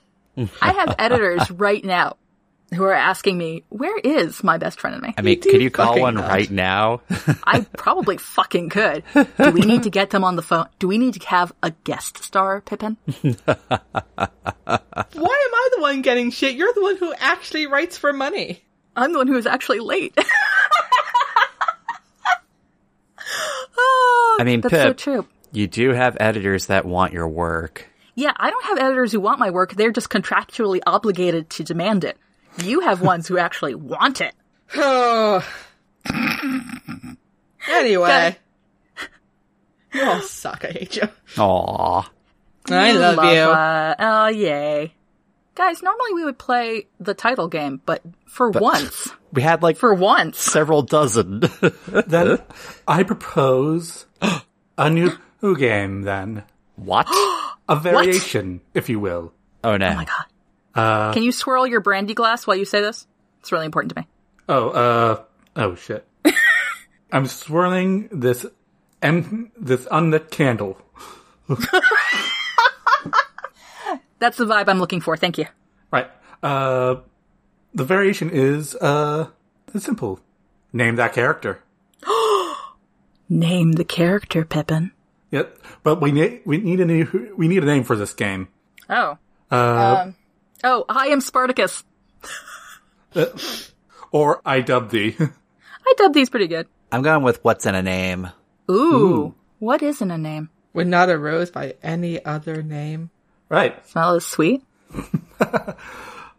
C: I have editors right now who are asking me, where is my best frenemy?
A: I mean,
B: do
A: could you call
B: fucking
A: one
B: not.
A: right now?
C: I probably fucking could. Do we need to get them on the phone? Do we need to have a guest star, Pippin?
B: Why am I the one getting shit? You're the one who actually writes for money. (sighs)
C: I'm the one who is actually late. (laughs) Oh,
A: I mean,
C: that's
A: Pip.
C: so true.
A: you do have editors that want your work.
C: Yeah, I don't have editors who want my work. They're just contractually obligated to demand it. You have ones who actually want it.
B: Oh. anyway. you all suck. I hate you.
A: Aw.
B: (laughs) I love, you.
C: Uh, oh, yay. Guys, normally we would play the title game, but
B: (laughs)
C: for once,
A: We had like
C: for once,
A: several dozen. (laughs)
D: Then I propose a new Who game, then.
A: what? oh
D: A variation, if you will.
A: (gasps) no.
B: Uh.
C: Can you swirl your brandy glass while you say this? It's really important to me.
D: Oh, uh,
A: (laughs)
D: oh shit. I'm swirling this, em- this unlit candle.
C: That's the vibe I'm looking for. Thank you.
D: Right. Uh, the variation is, uh, simple. Name that character.
C: Name the character, Pippin.
D: Yep. But we need, we need a new, we need a name for this game.
E: Oh.
A: Uh,
C: Oh, I am Spartacus.
D: Or I dub thee.
C: I dubbed these pretty good.
A: I'm going with what's in a name.
C: Ooh. What isn't a name?
B: Would not a rose by any other name.
D: (laughs) right.
C: Smell is sweet.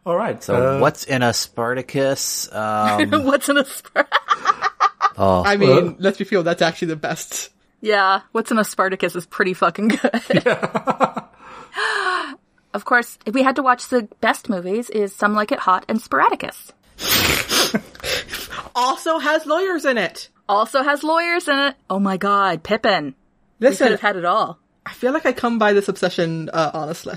D: All right.
A: So
D: uh,
A: what's in a Spartacus? (laughs) Um,
C: (laughs)
A: oh,
C: What's in a Spar-
A: Uh.
B: I mean, let's be real, that's actually the best.
C: Yeah, what's in a Spartacus is pretty fucking
A: (laughs)
C: good. (laughs) of course, we had to watch the best movies is Some Like It Hot and Sporadicus.
B: Also has lawyers in it.
C: Also has lawyers in it. Oh my god, Pippin. We could
B: Listen,
C: have had it all.
B: I feel like I come by this obsession, uh, honestly.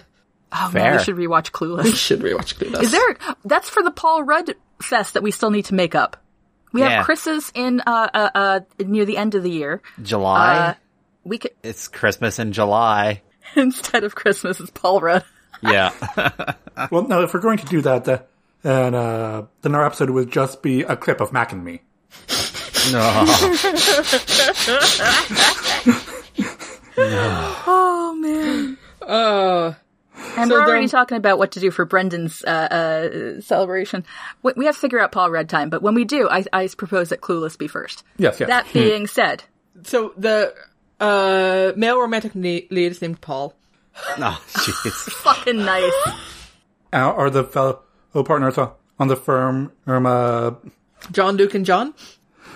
C: Oh, man,
A: Fair.
C: we should rewatch Clueless.
B: We should rewatch Clueless.
C: Is there? That's for the Paul Rudd fest that we still need to make up. We
A: Yeah.
C: have Chris's in uh, uh uh near the end of the year.
A: July?
C: Uh, We could (laughs)
A: it's Christmas in July.
C: instead of Christmas is Paul Rudd.
A: Yeah.
D: well, no, if we're going to do that, uh, then, uh, then our episode would just be a clip of Mac and
A: (laughs)
D: me.
A: no.
C: Oh man!
B: Uh,
C: And we're already
B: then-
C: talking about what to do for Brendan's uh, uh celebration. We, we have to figure out Paul Rudd time, but when we do, I, I propose that Clueless be first.
D: Yes, yes.
B: Hmm.
C: That being said,
B: so the, uh, male romantic ne- lead is named Paul.
A: No, jeez.
C: fucking nice.
D: Uh, are the fellow partners on, on the firm? Um, uh,
B: John, Luke, and John?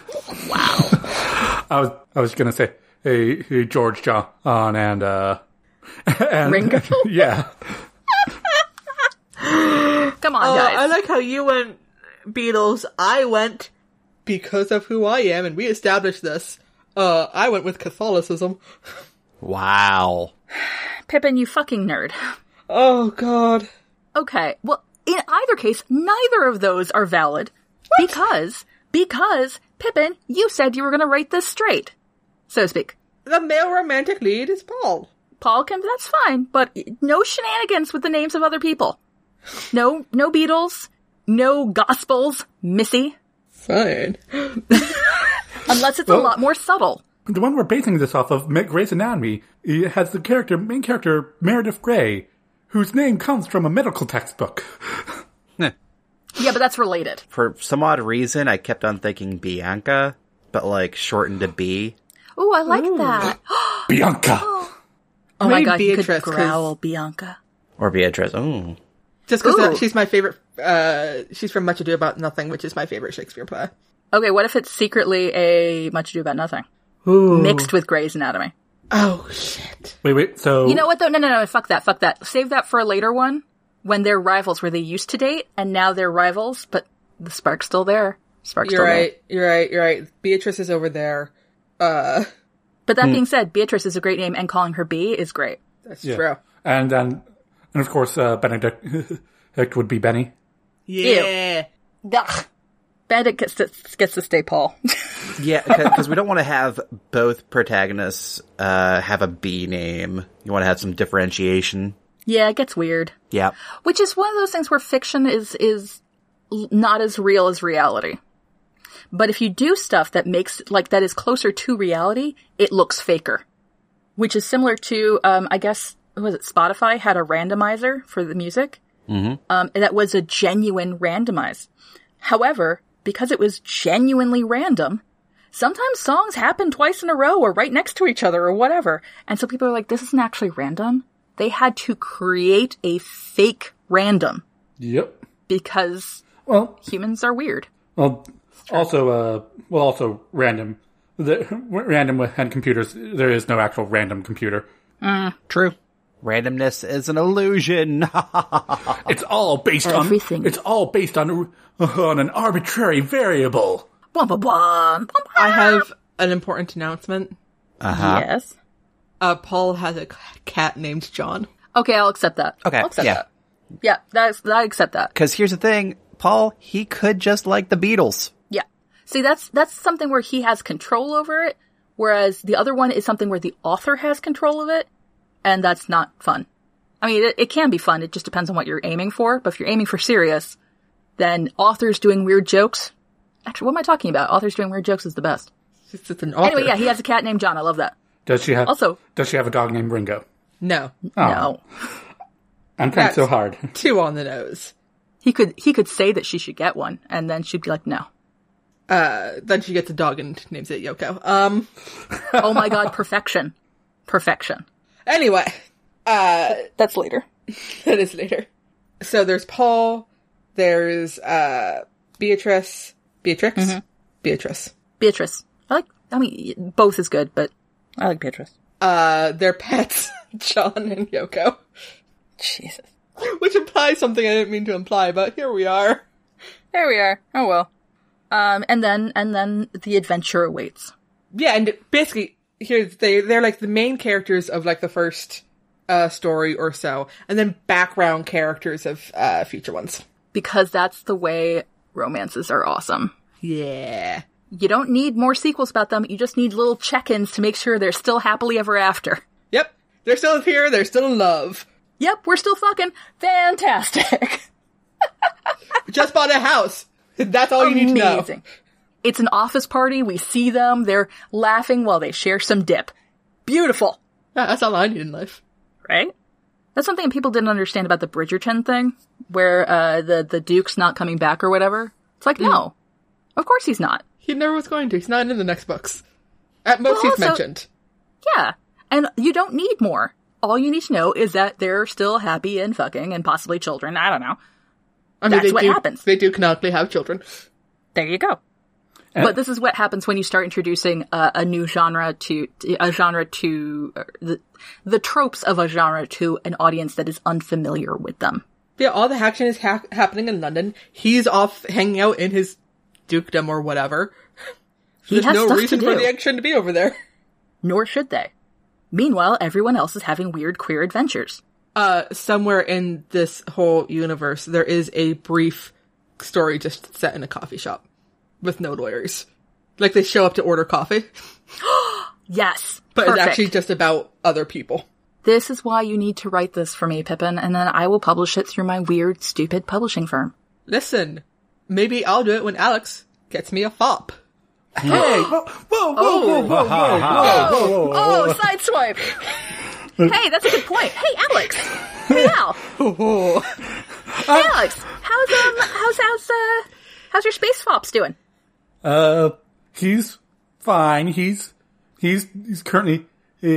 D: I was I was gonna say hey, hey, George John and uh (laughs) and
C: Ringo?
D: (laughs) yeah
C: Come on,
B: Oh,
C: guys.
B: I like how you went Beatles. I went because of who I am, and we established this. Uh, I went with Catholicism.
A: Wow.
C: Pippin, you fucking nerd.
B: Oh God.
C: Okay. Well, in either case, neither of those are valid because because Pippin, you said you were going to write this straight, so to speak.
B: The male romantic lead is Paul.
C: Paul can that's fine, but no shenanigans with the names of other people. No, no Beatles, no Gospels, Missy.
B: fine.
C: Unless it's a lot more subtle.
D: The one we're basing this off of, Ma- Grey's Anatomy, it has the character, main character, Meredith Grey, whose name comes from a medical
C: (gasps)
D: textbook.
C: Yeah, but that's related.
A: For some odd reason, I kept on thinking Bianca, but like shortened to B.
C: Ooh, I like (gasps) that.
D: Bianca.
C: Oh my
B: Maybe
C: god, you could
B: Beatrice, 'cause-
C: growl, Bianca.
A: Or Beatrice. Ooh.
B: Just because
C: Ooh.
B: she's my favorite. Uh, she's from Much Ado About Nothing, which is my favorite Shakespeare play.
C: Okay, what if it's secretly a Much Ado About Nothing mixed with Grey's Anatomy?
B: Oh shit!
D: Wait, wait, so.
C: You know what though? No, no, no. Fuck that. Fuck that. Save that for a later one when they're rivals, where they used to date, and now they're rivals, but the spark's still there. Spark's
B: You're
C: still there.
B: right. You're right. You're right. Beatrice is over there. Uh,
C: But that being said, Beatrice is a great name, and calling her B is great.
B: that's true.
D: And then, and of course, uh, Benedict (laughs) Benedict would be Benny.
B: Yeah.
C: Ugh. Bandit gets to, gets to stay Paul. (laughs)
A: (laughs) Yeah, because we don't want to have both protagonists uh, have a B name. You want to have some differentiation.
C: yeah, it gets weird.
A: Yeah.
C: Which is one of those things where fiction is is l- not as real as reality. But if you do stuff that makes like that is closer to reality, it looks faker. Which is similar to um, I guess what was it Spotify had a randomizer for the music, mm-hmm. um, and that was a genuine randomize. However, because it was genuinely random, sometimes songs happen twice in a row or right next to each other or whatever. And so people are like, this isn't actually random. They had to create a fake random
D: Yep.
C: because
D: Well,
C: humans are weird.
D: well, also, uh, well, also random. The, (laughs) random and computers. There is no actual random computer.
A: True. Randomness is an illusion. (laughs)
D: It's all based on
C: Everything.
D: It's all based on uh, on an arbitrary variable.
C: Wah, wah, wah, wah, wah.
B: I have an important announcement.
A: Uh-huh.
E: Yes.
B: Uh, Paul has a c- cat named John.
C: Okay, I'll accept that.
A: Okay,
C: I'll accept
A: yeah.
C: that. Yeah, that's, I accept that.
A: Because here's the thing, Paul, he could just like the Beatles.
C: Yeah. See, that's, that's something where he has control over it, whereas the other one is something where the author has control of it, and that's not fun. I mean, it, it can be fun, it just depends on what you're aiming for, but if you're aiming for serious, then authors doing weird jokes. Actually, what am I talking about? Authors doing weird jokes is the best.
B: It's, it's an author.
C: Anyway, yeah, he has a cat named John. I love that.
D: Does she have
C: Also-
D: Does she have a dog named Ringo?
B: No,
C: No.
D: I'm trying so (laughs) hard.
B: two on the nose.
C: He could he could say that she should get one, and then she'd be like, "No."
B: Then she gets a dog and names it Yoko. Um.
C: Oh my god, perfection, perfection.
B: Anyway, (laughs)
C: That's later.
B: that is later. So there's Paul. There's uh Beatrice. Beatrix. Beatrice.
C: Beatrice, I like. I mean, both is good, but
E: I like Beatrice.
B: Uh, their pets, (laughs) John and Yoko,
E: Jesus.
B: (laughs) which implies something I didn't mean to imply, but here we are.
E: There we are. Oh well.
C: um, and then and then the adventure awaits.
B: yeah, and basically here they they're like the main characters of like the first uh story or so, and then background characters of uh future ones.
C: because that's the way romances are awesome.
B: Yeah.
C: You don't need more sequels about them. You just need little check-ins to make sure they're still happily ever after.
B: Yep. They're still here, they're still in love.
C: Yep, we're still fucking
E: (laughs)
C: fantastic.
B: Just bought a house. That's all you need to know.
C: Amazing. It's an office party. We see them. They're laughing while they share some dip. Beautiful,
B: Yeah, (laughs) That's all I need in life.
C: right? That's something people didn't understand about the Bridgerton thing, where uh, the the Duke's not coming back or whatever. It's
B: Hmm.
C: like, no, of course he's not.
B: He never was going to. He's not in the next books. At most
C: Well,
B: he's
C: also-
B: mentioned.
C: Yeah. And you don't need more. All you need to know is that they're still happy and fucking and possibly children. I don't know.
B: I mean,
C: that's
B: they
C: what
B: do,
C: happens.
B: They do canonically have children.
E: There you go.
C: But this is what happens when you start introducing a, a new genre to, to- a genre to uh, the, the tropes of a genre to an audience that is unfamiliar with them.
B: Yeah, all the action is ha- happening in London. He's off hanging out in his dukedom or whatever.
C: He
B: There's
C: has
B: no
C: stuff
B: reason
C: to
B: for
C: do,
B: the action to be over there.
C: nor should they. Meanwhile, everyone else is having weird queer adventures.
B: (laughs) uh, somewhere in this whole universe, there is a brief story just set in a coffee shop with no lawyers. Like they show up to order coffee, (laughs)
C: Yes,
B: but
C: perfect.
B: it's actually just about other people.
C: this is why you need to write this for me, Pippin, and then I will publish it through my weird, stupid publishing firm.
B: Listen, maybe I'll do it when Alex Gets me a fop. (laughs)
D: Whoa, whoa, whoa, whoa, (laughs) whoa, whoa,
F: ha,
D: whoa, whoa, whoa, whoa.
C: Oh,
D: (laughs)
C: sideswipe. hey, that's a good point. Hey, Alex. Hey, Al.
D: (laughs) Oh, Uh,
C: Hey, Alex. How's um, how's how's uh, how's your space fops doing?
D: Uh, he's fine. He's he's he's currently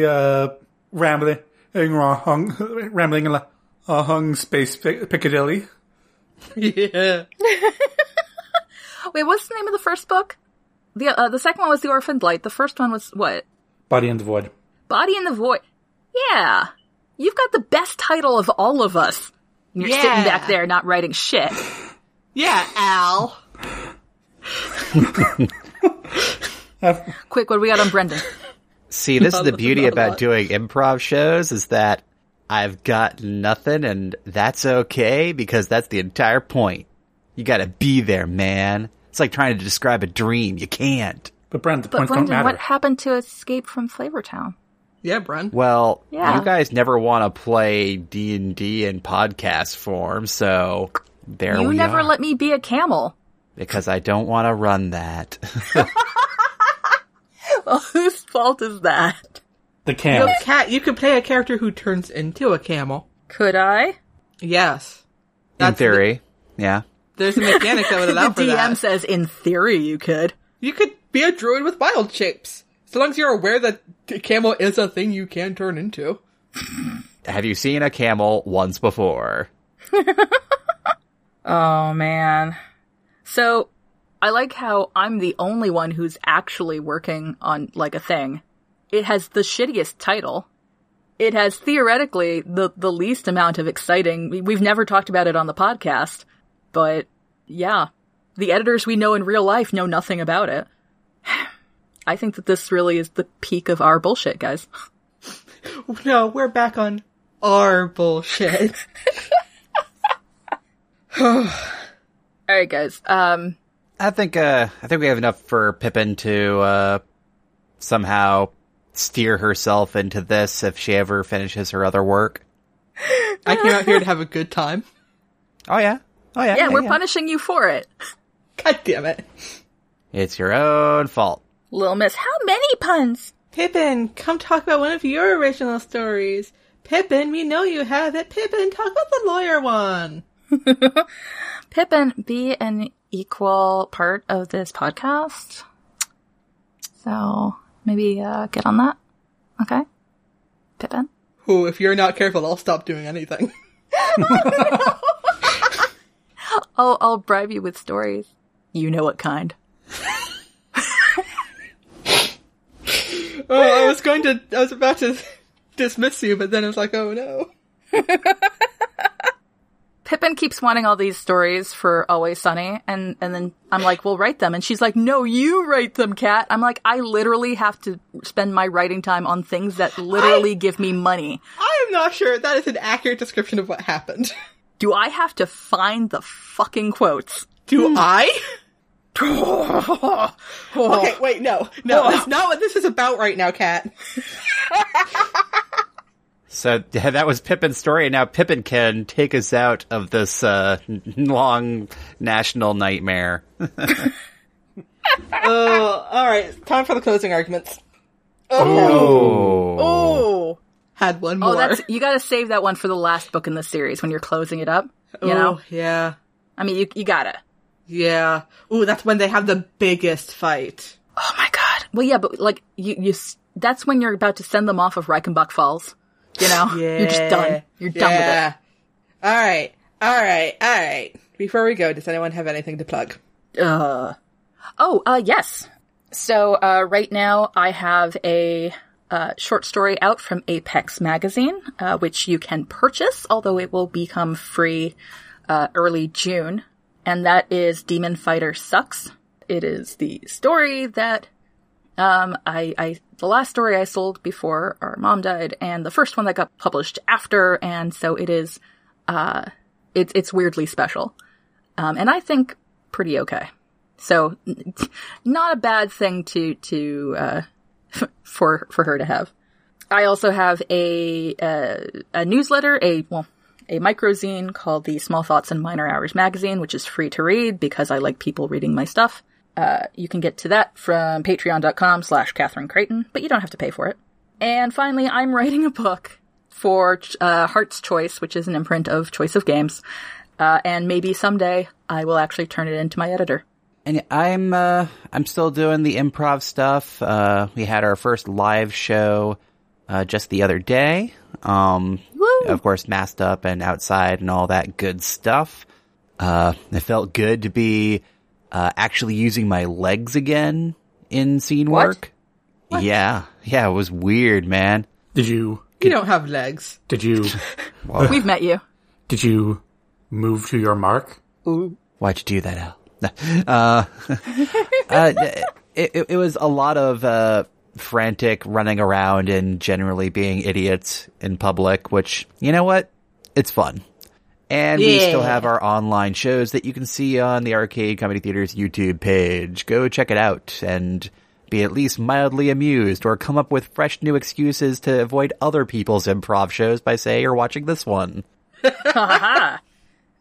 D: uh rambling hung rambling in a a hung space Pic- Piccadilly.
B: yeah.
C: Wait, what's the name of the first book? The uh, the second one was The Orphaned Light. The first one was what?
D: Body in the void.
C: Body in the Void. Yeah, you've got the best title of all of us. And you're sitting
B: Yeah.
C: back there not writing shit.
B: Yeah, Al.
C: Quick, what do we got on Brendan?
A: See, this is the beauty
B: not a
A: about
B: lot.
A: doing improv shows is that I've got nothing and that's okay because that's the entire point. You gotta be there, man. It's like trying to describe a dream. You can't.
D: But Brent, the
C: But
D: points
C: Brendan,
D: don't
C: what
D: matter.
C: happened to Escape from Flavortown?
B: Yeah, Brun.
A: Well,
C: Yeah.
A: you guys never want to play D&D in podcast form, so there
C: you
A: we
C: never
A: are.
C: let me be a camel.
A: because I don't want to run that. (laughs)
C: Well, whose fault is that?
D: the camp.
B: Cat, you could play a character who turns into a camel.
E: Could I?
B: Yes.
A: in
B: That's the-
A: theory. yeah.
B: There's a mechanic that would (laughs) allow
C: the
B: for
C: DM
B: that.
C: says, in theory, you could.
B: You could be a druid with wild shapes. So long as you're aware that the camel is a thing you can turn into.
A: Have you seen a camel once before?
E: Oh man.
C: So I like how I'm the only one who's actually working on like a thing. It has the shittiest title. It has theoretically the, the least amount of exciting. we- We've never talked about it on the podcast, but yeah, the editors we know in real life know nothing about it. (sighs) I think that this really is the peak of our bullshit, guys. (laughs)
B: No, we're back on our bullshit.
C: All right, guys. Um,
A: I think uh, I think we have enough for Pippin to uh, somehow steer herself into this if she ever finishes her other work.
B: (laughs) I came out here to have a good time.
A: Oh yeah, oh yeah,
C: yeah, we're punishing you for it.
B: God damn it.
A: It's your own fault.
E: Little Miss, how many puns?
B: Pippin, come talk about one of your original stories. Pippin, we know you have it. Pippin, talk about the lawyer one.
C: Pippin be an equal part of this podcast. So maybe uh, get on that. Okay. Pippin.
B: Who, if you're not careful, I'll stop doing anything. (laughs)
C: I'll, I'll bribe you with stories. You know what kind.
B: oh, I was going to, I was about to (laughs) dismiss you, but then it's like, oh no.
C: Pippin keeps wanting all these stories for Always Sunny, and, and then I'm like, we'll write them. And she's like, no, you write them, Kat. I'm like, I literally have to spend my writing time on things that literally give me money.
B: I am not sure that is an accurate description of what
C: (laughs)
B: happened.
C: Do I have to find the fucking quotes?
B: Do I? (laughs) Okay, wait, no, no,
C: (laughs)
B: that's not what this is about right now, Kat.
A: So yeah, that was Pippin's story, and now Pippin can take us out of this uh, long national nightmare.
C: Uh,
B: Oh, all right, time for the closing arguments.
A: Oh,
C: Oh.
B: Had one more.
C: Oh, that's you got to save that one for the last book in the series when you're closing it up. You know,
B: Oh, yeah,
C: I mean, you you gotta.
B: yeah. Ooh, that's when they have the biggest fight.
C: Oh my god. Well, yeah, but like you you s- that's when you're about to send them off of Reichenbach Falls. You (laughs) know,
B: Yeah,
C: you're just done. You're done with it.
B: with it. All right, all right, all right. Before we go, does anyone have anything to plug?
C: Oh, uh, yes. So uh, right now I have a uh, short story out from Apex Magazine, uh, which you can purchase, although it will become free uh, early June, and that is Demon Fighter Sucks. It is the story that um, I, I the last story I sold before our mom died, and the first one that got published after, and so it is uh, it's it's weirdly special, um, and I think pretty okay. So, (laughs) n- not a bad thing to to uh, (laughs) for for her to have. I also have a uh, a newsletter, a well, a microzine called the Small Thoughts and Minor Hours magazine, which is free to read because I like people reading my stuff. Uh, you can get to that from patreon.com slash Catherine Creighton, but you don't have to pay for it. And finally, I'm writing a book for uh, Heart's Choice, which is an imprint of Choice of Games. Uh, and maybe someday I will actually turn it into my editor.
A: And I'm uh, I'm still doing the improv stuff. Uh, we had our first live show uh, just the other day. Um, of course, masked up and outside and all that good stuff. Uh, it felt good to be uh, actually using my legs again in scene work. Yeah, yeah, it was weird, man.
D: Did you?
B: You don't have legs.
D: Did you?
C: We've met you.
D: Did you move to your mark?
A: Why'd you do that, Al? (laughs) No. Uh, (laughs) uh, it, it, it was a lot of uh, frantic running around and generally being idiots in public, which, you know what? It's fun. And we still have our online shows that you can see on the Arcade Comedy Theater's YouTube page. Go check it out and be at least mildly amused or come up with fresh new excuses to avoid other people's improv shows by, say, you're watching this one.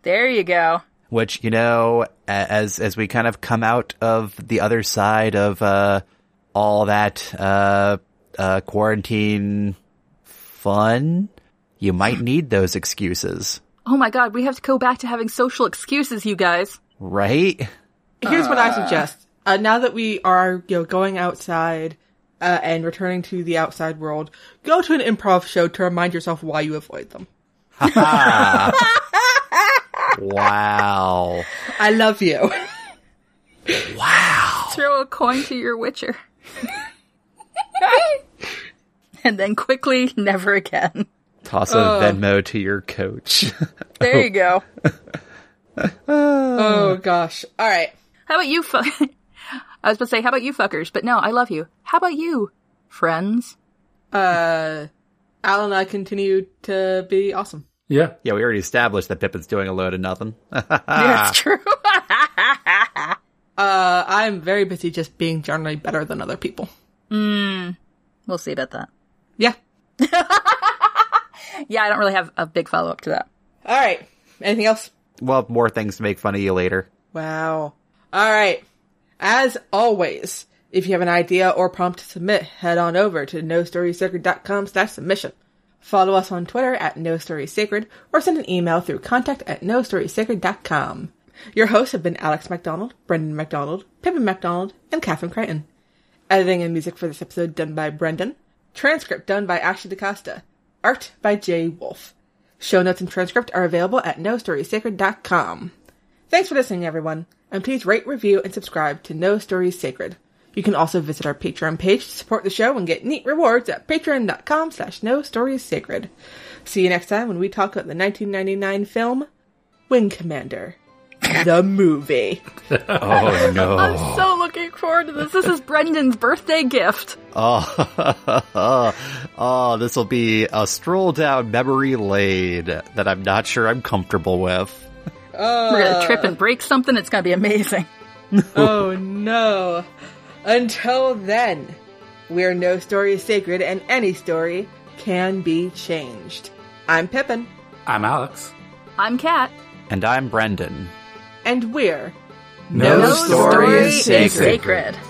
C: There you go.
A: which you know a- as as we kind of come out of the other side of uh all that uh uh quarantine fun you (gasps) might need those excuses
C: Oh my god, we have to go back to having social excuses, you guys.
A: right
B: Here's what I suggest. Uh, now that we are, you know, going outside uh, and returning to the outside world, go to an improv show to remind yourself why you avoid them.
A: wow
B: I love you. (laughs)
C: Throw a coin to your witcher. (laughs) and then quickly, never again.
A: toss a venmo to your coach (laughs)
C: There you go.
B: oh gosh. All right.
C: How about you fu- (laughs) I was about to say, how about you fuckers? But no, I love you. How about you, friends?
B: Uh, Al and I continue to be awesome.
D: Yeah.
A: yeah we already established that pippin's doing a load of nothing (laughs)
C: That's (laughs) true.
B: Uh, I'm very busy just being generally better than other people.
C: we'll see about that.
B: Yeah.
C: Yeah, I don't really have a big follow up to that.
B: All right. Anything else?
A: well more things to make fun of you later
B: Wow. All right. As always, if you have an idea or prompt to submit, head on over to nostorysacred.com slash submission. Follow us on Twitter at nostorysacred or send an email through contact at nostorysacred.com. Your hosts have been Alex MacDonald, Brendan MacDonald, Pippin MacDonald, and Catherine Crichton. Editing and music for this episode done by Brendan. Transcript done by Ashley DaCosta. Art by Jay Wolf. Show notes and transcript are available at nostorysacred.com. Thanks for listening, everyone, and please rate, review, and subscribe to No Stories Sacred. You can also visit our Patreon page to support the show and get neat rewards at patreon.com slash no stories sacred. See you next time when we talk about the 1999 film Wing Commander, (laughs) the movie.
A: oh no
C: I'm so looking forward to this. This is Brendan's birthday gift.
A: Oh, (laughs) oh, this will be a stroll down memory lane that I'm not sure I'm comfortable with.
C: We're going to trip and break something. It's going to be amazing.
B: (laughs) oh no. Until then, we're No Stories Sacred and any story can be changed. I'm Pippin,
D: I'm Alex.
C: I'm Kat.
A: And I'm Brendan.
B: and we're
D: No,
B: story
C: story
B: is
C: is
B: sacred.
C: sacred.